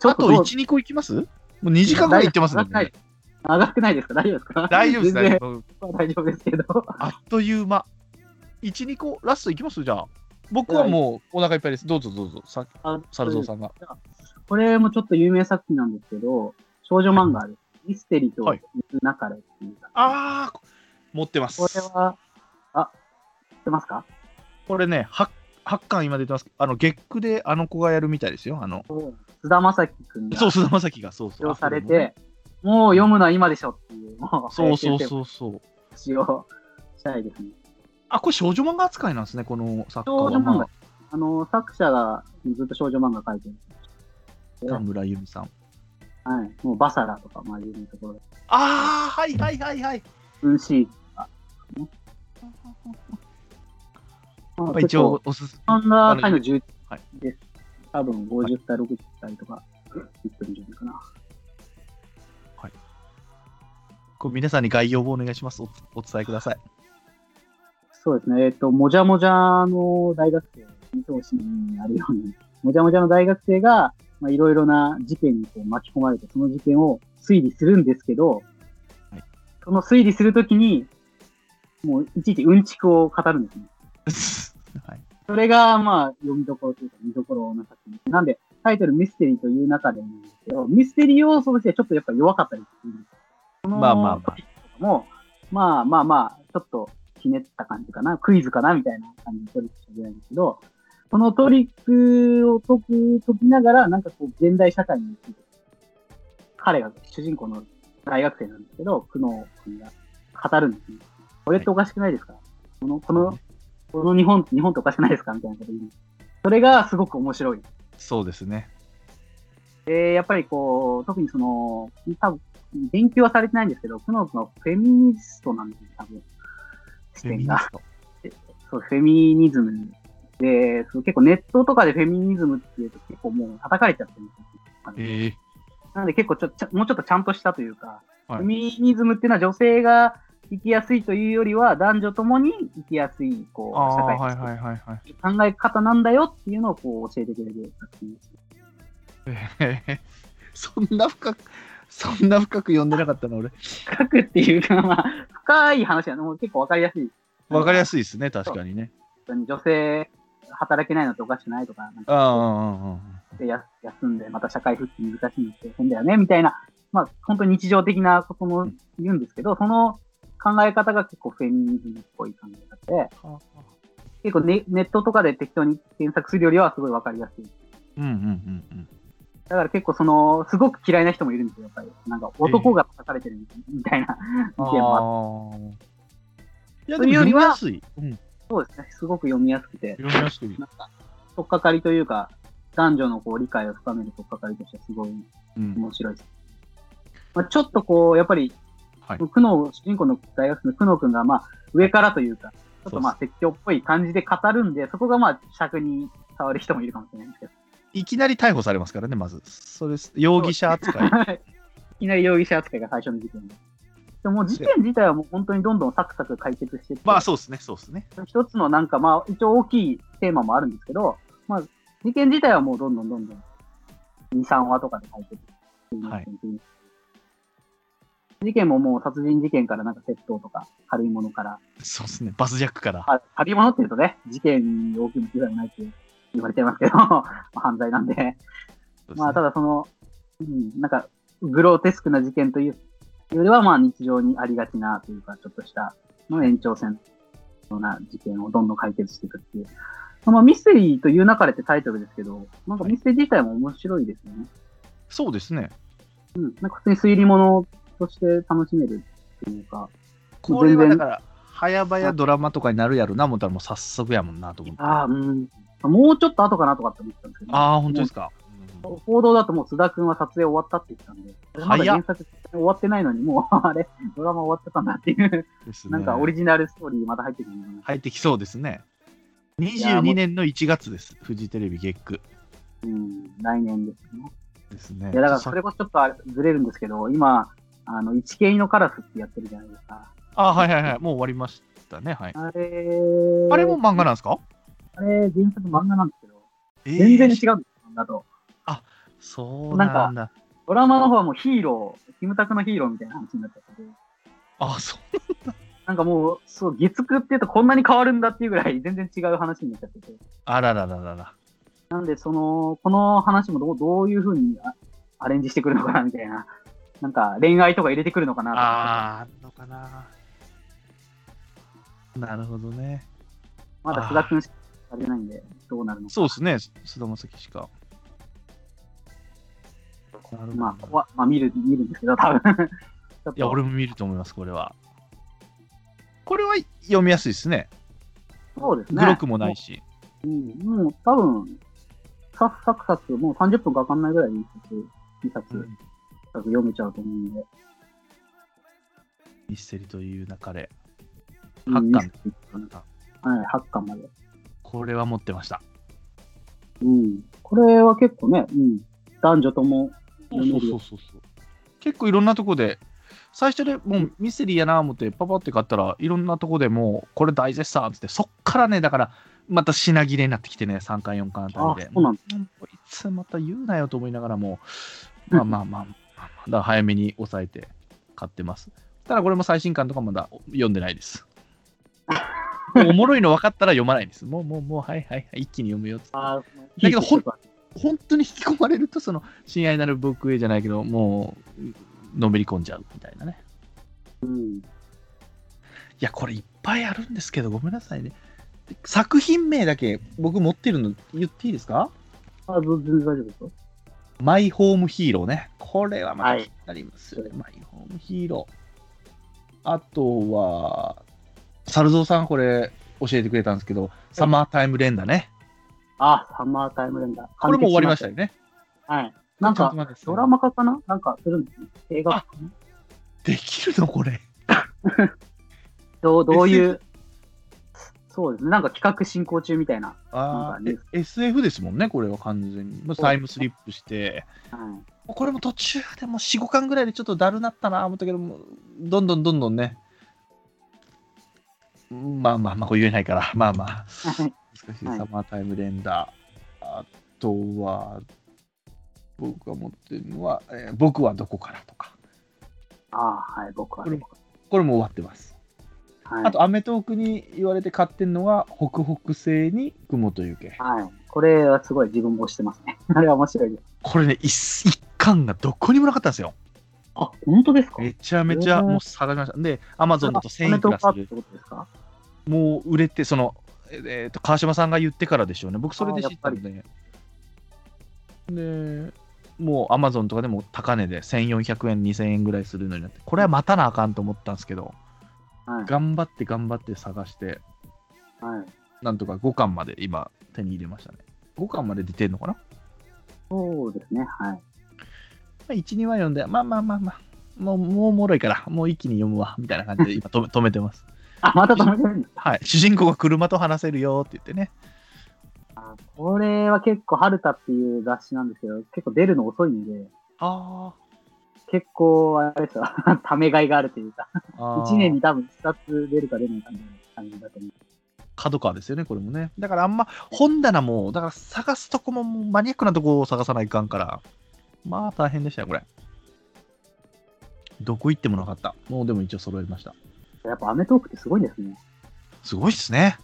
Speaker 1: ちょ
Speaker 2: あ
Speaker 1: っど
Speaker 2: と
Speaker 1: う
Speaker 2: 1、2個いきますもう2時間ぐらいいってますね。
Speaker 1: 上がってない上がってないですか大丈夫ですか
Speaker 2: 大丈夫です、
Speaker 1: 全然
Speaker 2: 大丈夫。
Speaker 1: 大丈夫ですけど。
Speaker 2: あっという間。1、2個、ラストいきますじゃあ。僕はもうお腹いっぱいです。どうぞどうぞ、さ
Speaker 1: あ
Speaker 2: 猿蔵さんが。
Speaker 1: これもちょっと有名作品なんですけど、少女漫画です。ミステリーと水なかれっていうか。
Speaker 2: ああ、持ってます。
Speaker 1: これは、あ、知ってますか
Speaker 2: これね、8, 8巻今出てます。あの、月9であの子がやるみたいですよ。あの、
Speaker 1: 須田将暉くんが
Speaker 2: そう、
Speaker 1: 発
Speaker 2: 菅田将暉が、そうそう。
Speaker 1: 表されて、もう読むのは今でしょっていう、もう、
Speaker 2: そうそうそうそう。
Speaker 1: 使用したいですね。
Speaker 2: あ、これ少女漫画扱いなんですね、この作家
Speaker 1: 少
Speaker 2: は。
Speaker 1: 女漫
Speaker 2: ま
Speaker 1: 画、あの、作者がずっと少女漫画描いてる。
Speaker 2: あ田村由美さん。
Speaker 1: はい。もうバサラとか、まあ、有名なところで。
Speaker 2: ああ、はいはいはいはい。
Speaker 1: うんし、
Speaker 2: や
Speaker 1: ま
Speaker 2: っ
Speaker 1: あ
Speaker 2: ぱ一応、おすすめ。
Speaker 1: 漫画界の11
Speaker 2: はい
Speaker 1: です。多分50歳、60歳とか、言ってるんじゃないかな。
Speaker 2: こう皆さんに概要をお願いします。おお伝えください。
Speaker 1: そうですね、えっ、と、もじゃもじゃの大学生、見通しにあるように、もじゃもじゃの大学生が、まあ、いろいろな事件にこう巻き込まれて、その事件を推理するんですけど、
Speaker 2: はい
Speaker 1: その推理するときに、もういちいちうんちくを語るんですね。
Speaker 2: はい、
Speaker 1: それが、まあ、読みどころというか、見どころな作品。なんで、タイトルミステリーという中でもなんですけど、ミステリー要素としてはちょっとやっぱ弱かったりするんですよ
Speaker 2: まあまあまあ。
Speaker 1: そのもう、まあまあまあ、ちょっとひねった感じかな、クイズかなみたいな感じのトリックしか出ないんですけど、そのトリックを解く、解きながら、なんかこう、現代社会について、彼が、主人公の大学生なんですけど、久能君が語るんですね。これっておかしくないですか、この、この、この日本、日本っておかしくないですかみたいなこと言う。それがすごく面白い。
Speaker 2: そうですね。
Speaker 1: で、やっぱりこう、特にその、多分、勉強はされてないんですけど、久能君はフェミニストなんですよ、多分。視点が。
Speaker 2: ト。
Speaker 1: そう、フェミニズムで、そう結構ネットとかでフェミニズムっていうと結構もう叩かれちゃってるんですよ。
Speaker 2: ええ
Speaker 1: なので結構ちょちょもうちょっとちゃんとしたというか、
Speaker 2: はい
Speaker 1: フェミニズムっていうのは女性が生きやすいというよりは男女ともに生きやすいこ
Speaker 2: あ
Speaker 1: う社
Speaker 2: あ、
Speaker 1: 会
Speaker 2: はいはいはいはい。
Speaker 1: 考え方なんだよっていうのをこう教えてくれる作品です。
Speaker 2: ええ そんな深く、そんな深く読んでなかったの俺。
Speaker 1: 深くっていうか、まあ、深い話なのもう結構わかりやすい。
Speaker 2: わかりやすいですね、確かにね。
Speaker 1: 本当に女性働けないのっておかしくないとか、なんか
Speaker 2: ああ、うんうんうん。
Speaker 1: でや休んでまた社会復帰難しいのって変だよねみたいな、まあ、本当に日常的なことも言うんですけど、その考え方が結構フェミニズムっぽい考え方で、結構ネネットとかで適当に検索するよりはすごいわかりやすい。
Speaker 2: うんうんうんうん。
Speaker 1: だから結構その、すごく嫌いな人もいるんですよ、やっぱり。なんか男が叩かれてるみたいな意見もあって、
Speaker 2: ああ。いや、
Speaker 1: と
Speaker 2: で
Speaker 1: い
Speaker 2: も
Speaker 1: うよ
Speaker 2: 読
Speaker 1: り
Speaker 2: み
Speaker 1: は
Speaker 2: やすい。うん、
Speaker 1: そうですね、すごく読みやすくて、
Speaker 2: 読みやすい。
Speaker 1: なんか、とっかかりというか、男女のこう理解を深めるとっかかりとしてすごい
Speaker 2: うん。
Speaker 1: 面白いです。まあ、ちょっとこう、やっぱり、
Speaker 2: はい
Speaker 1: 久能、主人公の大学生の久能君が、まあ、上からというか、ちょっとまあ、説教っぽい感じで語るんで、そこがまあ、尺に触る人もいるかもしれないんですけど、
Speaker 2: いきなり逮捕されますからね、まず。それ、容疑者扱い。
Speaker 1: いきなり容疑者扱いが最初の事件で。でももう事件自体はもう本当にどんどんサクサク解決してって、
Speaker 2: まあ、そうですね、そうですね。
Speaker 1: 一つのなんかまあ一応大きいテーマもあるんですけど、まあ事件自体はもうどんどんどんどん2、3話とかで解決していく
Speaker 2: はい
Speaker 1: 事件ももう殺人事件からなんか窃盗とか軽いものから、
Speaker 2: そうですね、バスジャックから。
Speaker 1: あ軽いものっていうとね、事件に大きな被害はないって言われてますけど、 まあ犯罪なんで。
Speaker 2: そうですね
Speaker 1: まあ、ただその、うん、なんか、グロテスクな事件というよりは、まあ、日常にありがちなというか、ちょっとしたの延長線のような事件をどんどん解決していくっていう。まあ、ミステリーという流れってタイトルですけど、なんかミステリー自体も面白いですよね。
Speaker 2: そうですね。
Speaker 1: うん。なんか普通に推理物として楽しめるっていうか、
Speaker 2: これはだ
Speaker 1: 全
Speaker 2: か
Speaker 1: 然、
Speaker 2: ら、早々ドラマとかになるやろな、思ったらもう早速やもんなと思って。
Speaker 1: あ
Speaker 2: あ
Speaker 1: あ、うん。もうちょっと後かなとかって思ってたんですけど、
Speaker 2: あー、本当ですか。うん
Speaker 1: 報道だともう須田くんは撮影終わったって言ってたんで、まだ原作終わってないのに、もう あれ、ドラマ終わってたんだっていう、
Speaker 2: ですね
Speaker 1: なんかオリジナルストーリーまた入ってくるのかな。
Speaker 2: 入ってきそうですね。
Speaker 1: やーも
Speaker 2: 22
Speaker 1: う
Speaker 2: 年の1月です。フジテレビ月9
Speaker 1: うん、来年ですね。
Speaker 2: ですね。
Speaker 1: いや、だからそれこそちょっとあれずれるんですけど、今、あの、一系のカラスってやってるじゃないですか。
Speaker 2: あー、はいはいはい。もう終わりましたね。はい。
Speaker 1: あれ、
Speaker 2: あれも漫画なんですか
Speaker 1: あれ、原作漫画なんですけど、全然
Speaker 2: 全
Speaker 1: 違うんですよ、漫画と。
Speaker 2: そうなんだ。
Speaker 1: ドラマの方はもうヒーロー、キムタクのヒーローみたいな話になっちゃってて、
Speaker 2: あ、そう。
Speaker 1: なんかもう、そう、月9っていうとこんなに変わるんだっていうぐらい、全然違う話になっちゃってて。
Speaker 2: あららららら。
Speaker 1: なんで、その、この話もどうどういうふうにあアレンジしてくるのかなみたいな。なんか、恋愛とか入れてくるのかなとか
Speaker 2: あー、あんのかな。なるほどね。
Speaker 1: まだ須田君しかされてないんで、どうなるのか。
Speaker 2: そうですね。須田将暉しか。なるほど
Speaker 1: まあ、怖まあ、見る、見るんですけど、多分ちょっと
Speaker 2: いや、俺も見ると思います、これは。これは読みやすいですね。
Speaker 1: そうですね。
Speaker 2: グロくもないし。
Speaker 1: うん、もう多分、サクサクサク、もう30分かかんないぐらいに一冊、二冊、
Speaker 2: うん
Speaker 1: 読めちゃうと思うんで。
Speaker 2: ミステリという流れ。
Speaker 1: うん
Speaker 2: 八巻
Speaker 1: 二冊はい、8巻まで。
Speaker 2: これは持ってました。
Speaker 1: うん。これは結構ね、うん。男女とも
Speaker 2: そうそうそうそうそう。結構いろんなとこで、最初でもうミステリーやな思って、パパって買ったらいろんなとこでもう、これ大絶賛っつって、そっからね、だから、また品切れになってきてね、3巻、4巻あたりで。
Speaker 1: あそうなん
Speaker 2: もうこいつまた言うなよと思いながらも、まあまあまあ、まあまあだから早めに抑えて買ってます。ただこれも最新巻とかまだ読んでないです。もうおもろいの分かったら読まないです。もうもうもう、はいはいはい、一気に読むよっつって。
Speaker 1: あ
Speaker 2: だけどほん
Speaker 1: と
Speaker 2: 本当に引き込まれるとその親愛なるブックウェイじゃないけどもうのめり込んじゃうみたいなね
Speaker 1: うん、
Speaker 2: いやこれいっぱいあるんですけどごめんなさいね作品名だけ僕持ってるの言っていいですか
Speaker 1: あ全然大丈夫ですよ。
Speaker 2: マイホームヒーローねこれはまた
Speaker 1: はい
Speaker 2: 気になりますよね、マイホームヒーローあとは猿蔵さんこれ教えてくれたんですけど、サマータイム連打ね
Speaker 1: あ、サマータイムレンダー。
Speaker 2: これもう終わりましたよね
Speaker 1: た。はい。なん
Speaker 2: ちょっ
Speaker 1: か
Speaker 2: と、待って
Speaker 1: ドラマ化かななんかするんですね。映画化かな
Speaker 2: できるのこれ
Speaker 1: どうどうい
Speaker 2: SF
Speaker 1: う、そうですね。なんか企画進行中みたいな。な
Speaker 2: あ
Speaker 1: ん
Speaker 2: ー
Speaker 1: か
Speaker 2: え SF ですもんね、これは完全に。もう
Speaker 1: そう
Speaker 2: タイムスリップして、
Speaker 1: はい、
Speaker 2: もうこれも途中でも4、5巻ぐらいでちょっとだるなったな、思ったけども、どんどんどんどんね、まあまあまあ、これ言えないから、まあまあ、難しい、
Speaker 1: はい
Speaker 2: サマータイムレンダー。あとは、僕が持ってるのは、えー僕はどこからとか、
Speaker 1: ああ、はい、僕は。
Speaker 2: これこれも終わってます。
Speaker 1: はい、
Speaker 2: あと、アメトークに言われて買ってんのは、北北西に雲と雪。
Speaker 1: はい。これはすごい自分もしてますね。 あれは面白いです。
Speaker 2: これね、一一巻がどこにもなかったんですよ。
Speaker 1: あ、本当ですか
Speaker 2: めちゃめちゃ
Speaker 1: えー
Speaker 2: もう探しました。で、アマゾンだと1000いくらす
Speaker 1: アメ
Speaker 2: る
Speaker 1: トークアップ。ってことですか
Speaker 2: もう売れて、その、えっ、えーと、川島さんが言ってからでしょうね。僕、それで知ったんで。で、もうアマゾンとかでも高値で1400円、2000円ぐらいするのになって、これは待たなあかんと思ったんですけど、
Speaker 1: はい
Speaker 2: 頑張って頑張って探して、
Speaker 1: はい。
Speaker 2: なんとか5巻まで今手に入れましたね。5巻まで出てんのかな
Speaker 1: そうですね。はい。
Speaker 2: まあ、1、2話読んで、まあまあまあまあ、もう、もうおもろいから、もう一気に読むわ、みたいな感じで今止め止めてます。
Speaker 1: あ、また止めてるんです
Speaker 2: はい、主人公が車と話せるよって言ってね。
Speaker 1: かこれは結構、春田っていう雑誌なんですけど、結構出るの遅いんで、
Speaker 2: あ
Speaker 1: 結構、あれですよ、 ためがいがあるというか、
Speaker 2: あ
Speaker 1: 1年に多分2つ出るか出ないかみたいな感じだと思う。
Speaker 2: 角川ですよね、これもね。だからあんま本棚も、だから探すとこももうマニアックなとこを探さないかんから、まあ大変でしたよ、これ。どこ行ってもなかった。もうでも一応揃えました。
Speaker 1: やっぱ、アメトークってすごいんですね。
Speaker 2: すごいっすね。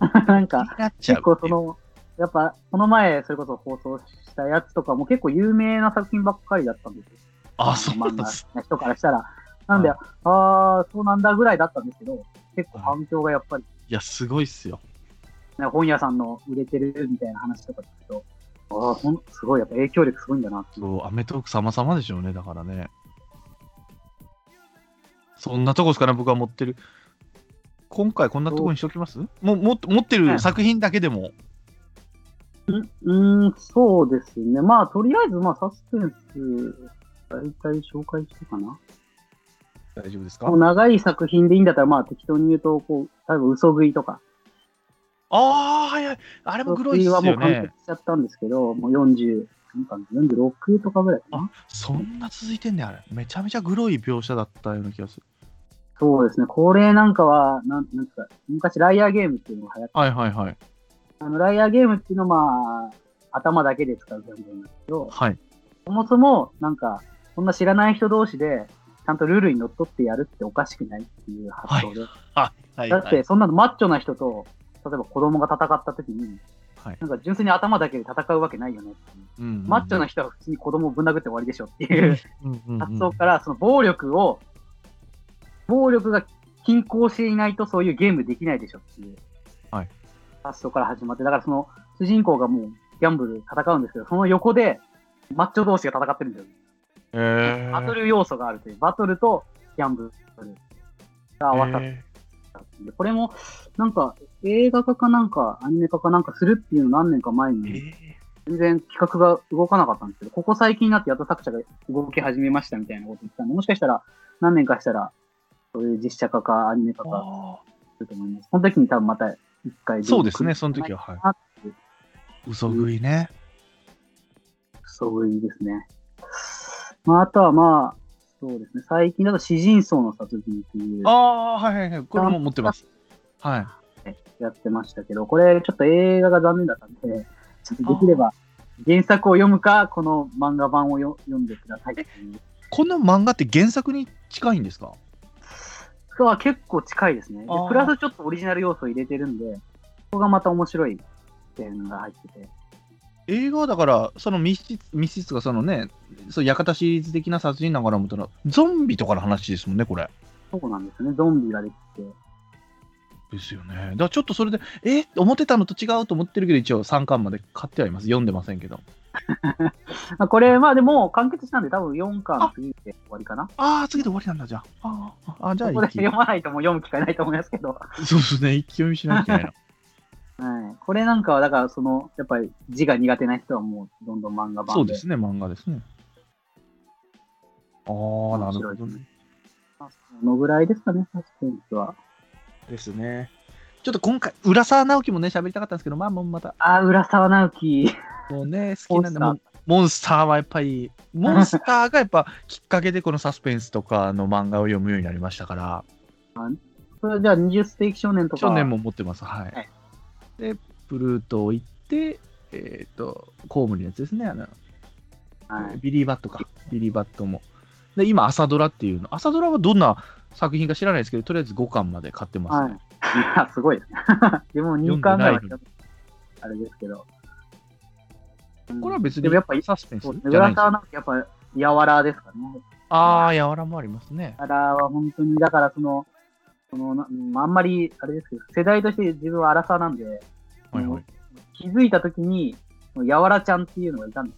Speaker 1: なん
Speaker 2: 気
Speaker 1: か
Speaker 2: に、なっちゃう
Speaker 1: 結構
Speaker 2: って
Speaker 1: そ
Speaker 2: いう。
Speaker 1: の、やっぱ、この前、それこそ放送したやつとかも結構有名な作品ばっかりだったんですよ。
Speaker 2: あ、そうなん
Speaker 1: 漫
Speaker 2: で
Speaker 1: 画
Speaker 2: す。
Speaker 1: の人からしたら。なんで、ああー、そうなんだぐらいだったんですけど、結構反響がやっぱり、
Speaker 2: いや、すごいっすよ。
Speaker 1: ね、本屋さんの売れてるみたいな話とか聞くと、ああ、ほん、すごい、やっぱ影響力すごいんだなっていう。
Speaker 2: そう、アメトーーク様々でしょうね、だからね。そんなとこですかね、僕は持ってる。今回こんなとこにしときますもうもっと持ってる作品だけでも。
Speaker 1: うーん、そうですね。まあ、とりあえず、まあ、サスペンス、大体紹介してかな。
Speaker 2: 大丈夫ですか
Speaker 1: もう長い作品でいいんだったら、まあ、適当に言うと、こう、多分、嘘食いとか、
Speaker 2: ああ、早い。あれもグロいっすよ
Speaker 1: はもう完
Speaker 2: ね
Speaker 1: 結。しちゃったんですけど、もう40、なんか46とかぐらいかな。
Speaker 2: そんな続いてんねあれ。めちゃめちゃグロい描写だったような気がする。
Speaker 1: そうですね。これなんかは、なんなんか、昔ライアーゲームっていうのが流行って、
Speaker 2: はいはいはい。
Speaker 1: あの、ライアーゲームっていうのは、まあ、頭だけで使うゲームなんですけど、
Speaker 2: はい。
Speaker 1: そもそも、なんか、そんな知らない人同士で、ちゃんとルールにのっとってやるっておかしくないっていう発想で。
Speaker 2: はいはい、
Speaker 1: だって、そんなのマッチョな人と、例えば子供が戦った時に、
Speaker 2: はい
Speaker 1: なんか純粋に頭だけで戦うわけないよねっていう。
Speaker 2: うんうんうん
Speaker 1: マッチョな人は普通に子供をぶん殴って終わりでしょっていう。
Speaker 2: うんうんうん
Speaker 1: 発想から、その暴力を、暴力が均衡していないとそういうゲームできないでしょっていう
Speaker 2: はい
Speaker 1: 発想から始まって、だからその主人公がもうギャンブル戦うんですけど、その横でマッチョ同士が戦ってるんですよ。
Speaker 2: えー、
Speaker 1: バトル要素があるという、バトルとギャンブルが合わさっ
Speaker 2: え
Speaker 1: たっていうこれもなんか映画化かなんかアニメ化かなんかするっていうのを何年か前
Speaker 2: ー
Speaker 1: に
Speaker 2: え
Speaker 1: 全然企画が動かなかったんですけど、ここ最近になってやっと作者が動き始めましたみたいなこと言ってたんで、もしかしたら何年かしたら、そういう実写化かアニメ化
Speaker 2: ー
Speaker 1: か
Speaker 2: あ
Speaker 1: すると思います。その時に多分また一回
Speaker 2: ーそうですね、その時
Speaker 1: は。
Speaker 2: は。はい
Speaker 1: あ。
Speaker 2: 嘘食いね。
Speaker 1: そういうですね。まあ、あとはまあ、そうですね。最近だと、詩人層の殺人っていう
Speaker 2: ああ、はいはいはい。これも持ってます。はい。
Speaker 1: やってましたけど、これちょっと映画が残念だったんで、ちょっとできれば原作を読むか、この漫画版をよ読んでくださいっていう。
Speaker 2: この漫画って原作に近いんですか
Speaker 1: そこは結構近いですね。で
Speaker 2: あー
Speaker 1: プラスちょっとオリジナル要素を入れてるんで、ここがまた面白い点が入ってて。
Speaker 2: 映画はだから、その密室、密室がそのね、そう、館シリーズ的な殺人なんかな思ったら、ゾンビとかの話ですもんね、これ。
Speaker 1: そうなんですね。ゾンビができて。
Speaker 2: ですよね。だからちょっとそれで、え思ってたのと違うと思ってるけど、一応3巻まで買ってはいます。読んでませんけど。
Speaker 1: まあこれ、まあでも完結したんで、多分4巻過ぎて終わりかな。
Speaker 2: ああ、次で終わりなんだ、じゃあ。あーあ、じゃあ
Speaker 1: ここで
Speaker 2: 一気に
Speaker 1: 読まないともう読む機会ないと思いますけど。は
Speaker 2: そうですね、一気読みしな きゃいけないな。
Speaker 1: い。これなんかは、だからその、やっぱり字が苦手な人はもうどんどん漫画版で。
Speaker 2: そうですね、漫画ですね。ああ、なる
Speaker 1: 面白
Speaker 2: ほ
Speaker 1: い
Speaker 2: どね。
Speaker 1: まあそのぐらいですかね、サスペンスは。
Speaker 2: ですね。ちょっと今回、浦沢直樹もね、喋りたかったんですけど、まあ、もうまた、
Speaker 1: あー、浦沢直樹。
Speaker 2: もうね、好きなんで、
Speaker 1: モ
Speaker 2: も
Speaker 1: ン
Speaker 2: うモンスターはやっぱり、モンスターがやっぱきっかけで、このサスペンスとかの漫画を読むようになりましたから、
Speaker 1: それじゃあ、20世紀少年とか。
Speaker 2: 少年も持ってます、はい。
Speaker 1: はい
Speaker 2: で、プルート行って、えっ、と、公務のやつですね、あの、
Speaker 1: はい。
Speaker 2: ビリー・バットか、ビリー・バットも。で、今、朝ドラっていうの、朝ドラはどんな作品か知らないですけど、とりあえず5巻まで買ってます、
Speaker 1: はい。
Speaker 2: ね。
Speaker 1: い や、すごいですね。でも2巻ぐらいはあれですけど。うん
Speaker 2: これは
Speaker 1: で
Speaker 2: 別に
Speaker 1: もやっぱ、
Speaker 2: サスペンス
Speaker 1: そうですね。
Speaker 2: じゃない
Speaker 1: 浦
Speaker 2: んですよ
Speaker 1: 沢直樹、やっぱ、柔らですかね。
Speaker 2: ああ、柔らもありますね。
Speaker 1: 柔らは本当に、だからその、そのなうんあんまり、あれですけど、世代として自分は荒さなんで、
Speaker 2: はいはい。
Speaker 1: 気づいたときに、やわらちゃんっていうのがいたんで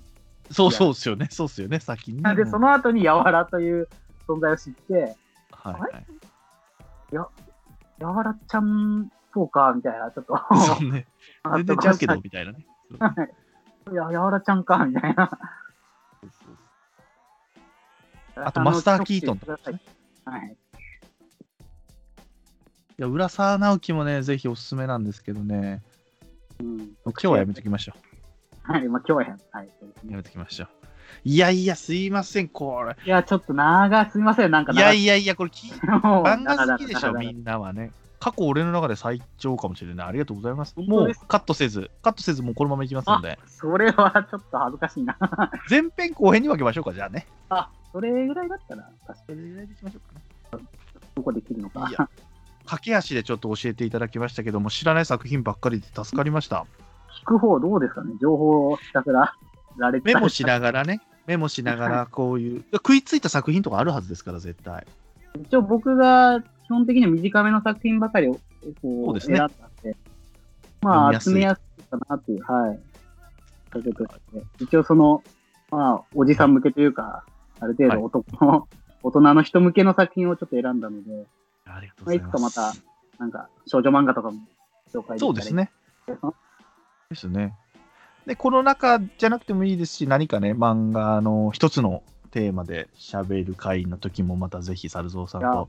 Speaker 1: す。
Speaker 2: そうそうっすよね、そうっすよね、先にね。
Speaker 1: で、
Speaker 2: もう
Speaker 1: その後にやわらという存在を知って、
Speaker 2: はいはい
Speaker 1: やわらちゃん、そうか、みたいな、ちょっと。
Speaker 2: そうね。全然ちゃうけど、みたいなね。
Speaker 1: いや、やわらちゃんか、みたいな。
Speaker 2: あとマスターキートンと
Speaker 1: か、はい。
Speaker 2: いや、浦沢直樹もね、ぜひおすすめなんですけどね、
Speaker 1: うん。
Speaker 2: 今日はやめときましょ
Speaker 1: はい、まあ今日はやはい。そうです
Speaker 2: う。
Speaker 1: ね
Speaker 2: やめときましょう。いやいや、すいません、これ。
Speaker 1: いや、ちょっと長い、すみません、なんか
Speaker 2: いや
Speaker 1: 長い。
Speaker 2: いやいや、これ、き
Speaker 1: もう
Speaker 2: 漫画好きでし
Speaker 1: 長
Speaker 2: ょ、
Speaker 1: 々
Speaker 2: みんなはね。過去俺の中で最長かもしれない。ありがとうございます。
Speaker 1: 本
Speaker 2: も
Speaker 1: 当
Speaker 2: う
Speaker 1: です
Speaker 2: カットせず、カットせず、もうこのままいきますので、
Speaker 1: それはちょっと恥ずかしいな。
Speaker 2: 前編後編に分けましょうか、じゃあね。
Speaker 1: あ、それぐらいだったら、確か
Speaker 2: それぐらいでいきましょうかね。
Speaker 1: どこできるのか。
Speaker 2: いや、駆け足でちょっと教えていただきましたけども、知らない作品ばっかりで助かりました。
Speaker 1: 聞く方どうですかね情報をひたすらられて
Speaker 2: メモしながら ね、メモしながらこういう、食いついた作品とかあるはずですから、絶対。
Speaker 1: 一応僕が基本的には短めの作品ばかりを
Speaker 2: そ
Speaker 1: こ
Speaker 2: う
Speaker 1: う
Speaker 2: です
Speaker 1: 選んだ
Speaker 2: ね
Speaker 1: んで、ま
Speaker 2: 読みや
Speaker 1: あ
Speaker 2: す
Speaker 1: 集めやす
Speaker 2: い
Speaker 1: いかなっていう、はい。だけど一応その、まあおじさん向けというか、ある程
Speaker 2: はい
Speaker 1: 度男の、大人の人向けの作品をちょっと選んだので、
Speaker 2: ありがとう
Speaker 1: まあ、
Speaker 2: ござ
Speaker 1: い
Speaker 2: い
Speaker 1: く
Speaker 2: ます。
Speaker 1: かまた、なんか少女漫画とかも紹介できたら
Speaker 2: そうです。ね
Speaker 1: うん。
Speaker 2: ですね。で、この中じゃなくてもいいですし、何かね、漫画の一つのテーマで喋る会の時も、またぜひ、猿蔵さん
Speaker 1: いや
Speaker 2: と、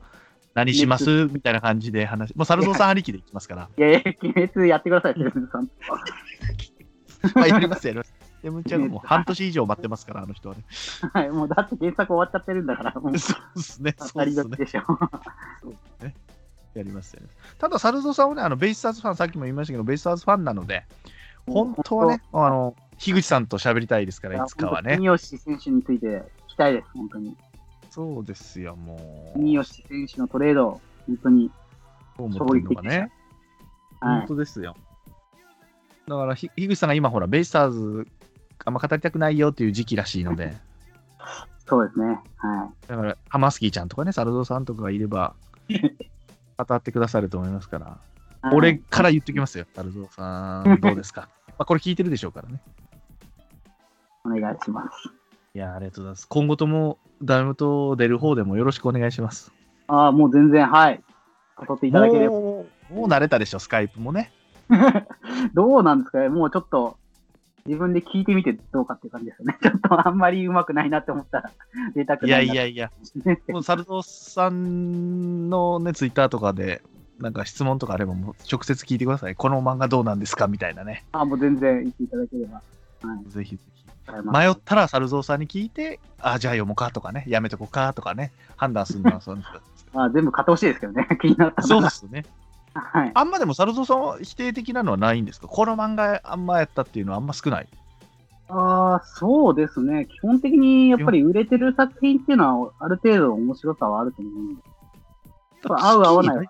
Speaker 2: 何しますみたいな感じで話、もう猿蔵さんありきでいきますから。
Speaker 1: いやいや、鬼滅やってください、セレブさん。
Speaker 2: まあ、やります、やり ます。でむちゃんはもう半年以上待ってますから、あの人はね。
Speaker 1: はい、もうだって原作終わっちゃってるんだから、もう
Speaker 2: そうですね、そ
Speaker 1: 当た
Speaker 2: うで
Speaker 1: り
Speaker 2: す
Speaker 1: 時
Speaker 2: ね。
Speaker 1: でしょ。
Speaker 2: やりますよね。ただ、猿蔵さんはね、あのベイスターズファン、さっきも言いましたけど、ベイスターズファンなので、本当は ね、あの、樋口さんと喋りたいですから、いつかはね。
Speaker 1: 三好選手について聞きたいです、本当に。
Speaker 2: そうですよ、もう。
Speaker 1: 三好選手のトレード、本当に。
Speaker 2: そう思ってるのがね。
Speaker 1: は
Speaker 2: 本当ですよ。だから、ひ樋口さんが今、ほら、ベイスターズ、あんま語りたくないよっていう時期らしいので、
Speaker 1: い、そうですね。は
Speaker 2: だから、ハマスキーちゃんとかね、猿蔵さんとかがい れば、語ってくださると思いますから。
Speaker 1: い。はい
Speaker 2: 俺から言っておきますよ、猿蔵さ ん、どうですか。まあこれ聞いてるでしょうからね。
Speaker 1: お願いします。
Speaker 2: いや、ありがとうございます。今後とも、ダムと出る方でもよろしくお願いします。
Speaker 1: ああ、もう全然、はい。誘っていただければ。
Speaker 2: もう、もう慣れたでしょ、スカイプもね。
Speaker 1: どうなんですかねもうちょっと、自分で聞いてみてどうかっていう感じですよね。ち ょっとあんまりうまくないなって思ったら、出たく
Speaker 2: い
Speaker 1: な
Speaker 2: や
Speaker 1: い
Speaker 2: い
Speaker 1: な。
Speaker 2: やいや、
Speaker 1: や。
Speaker 2: もう猿蔵さんのね、ツイッターとかで、なんか質問とかあれば、もう直接聞いてください。この漫画どうなんですかみたいなね。
Speaker 1: ああ、もう全然言っていただければ。はい
Speaker 2: ぜひぜひ。
Speaker 1: はいまあ
Speaker 2: 迷ったら、猿蔵さんに聞いて、あ、じゃあ読もうかとかね、やめとこうかとかね、判断するのはそうなん です
Speaker 1: まあ、全部買ってほしいですけどね、 気になったら。
Speaker 2: そうですね。
Speaker 1: はい。
Speaker 2: あんまでも、猿蔵さんは否定的なのはないんですかこの漫画あんまやったっていうのはあんま少ない。
Speaker 1: ああ、そうですね。基本的にやっぱり売れてる作品っていうのは、ある程度面白さはあると思うんで。やっぱ合う合わないは。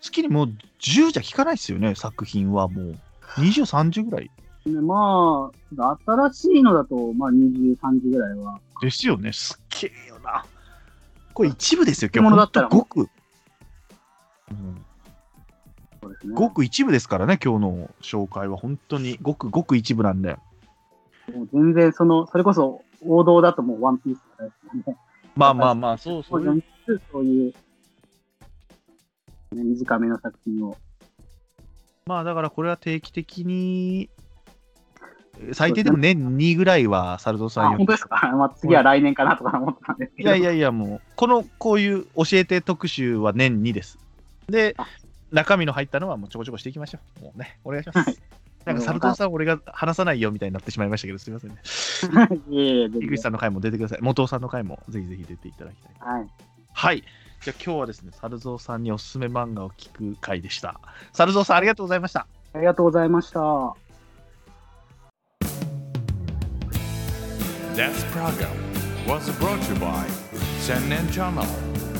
Speaker 2: 月にもう10じゃ聞かないですよね、作品はもう。20、30ぐらい
Speaker 1: でまあ、新しいのだと、まあ、20、30ぐらいは。
Speaker 2: ですよね、すっげえよな。これ一部ですよ、
Speaker 1: 本物だったら
Speaker 2: ほんとごく、うん
Speaker 1: そうですね。
Speaker 2: ごく一部ですからね、今日の紹介は、本当にごくごく一部なんで。
Speaker 1: もう全然、その、それこそ王道だともうワンピースとかですよね。
Speaker 2: まあまあまあ、そうそ
Speaker 1: そう
Speaker 2: う。
Speaker 1: 読みつつ、そういう、ね短めの作品を。
Speaker 2: まあだからこれは定期的に、最低でも年2ぐらいは、サルドさ
Speaker 1: あ、
Speaker 2: ん
Speaker 1: 本当ですか まあ、次は来年かなとか思ってたんですけ
Speaker 2: い
Speaker 1: ど。
Speaker 2: やいやいや、もう、この、こういう教えて特集は年2です。で
Speaker 1: あ、
Speaker 2: 中身の入ったのはもうちょこちょこしていきましょう。もうね、お願いします。なんか、サルトさん、俺が話さないよみたいになってしまいましたけど、すみませんね。
Speaker 1: いやいや全
Speaker 2: 井
Speaker 1: 然
Speaker 2: 口さんの回も出てください。元尾さんの回もぜひぜひ出ていただきたい。
Speaker 1: はい。
Speaker 2: はい。じゃあ今日はですね、猿蔵さんにおすすめ漫画を聞く回でした。猿蔵さん、ありがとうございました。
Speaker 1: ありがとうございました。
Speaker 3: Death Praga was brought to you by Sennen Channel.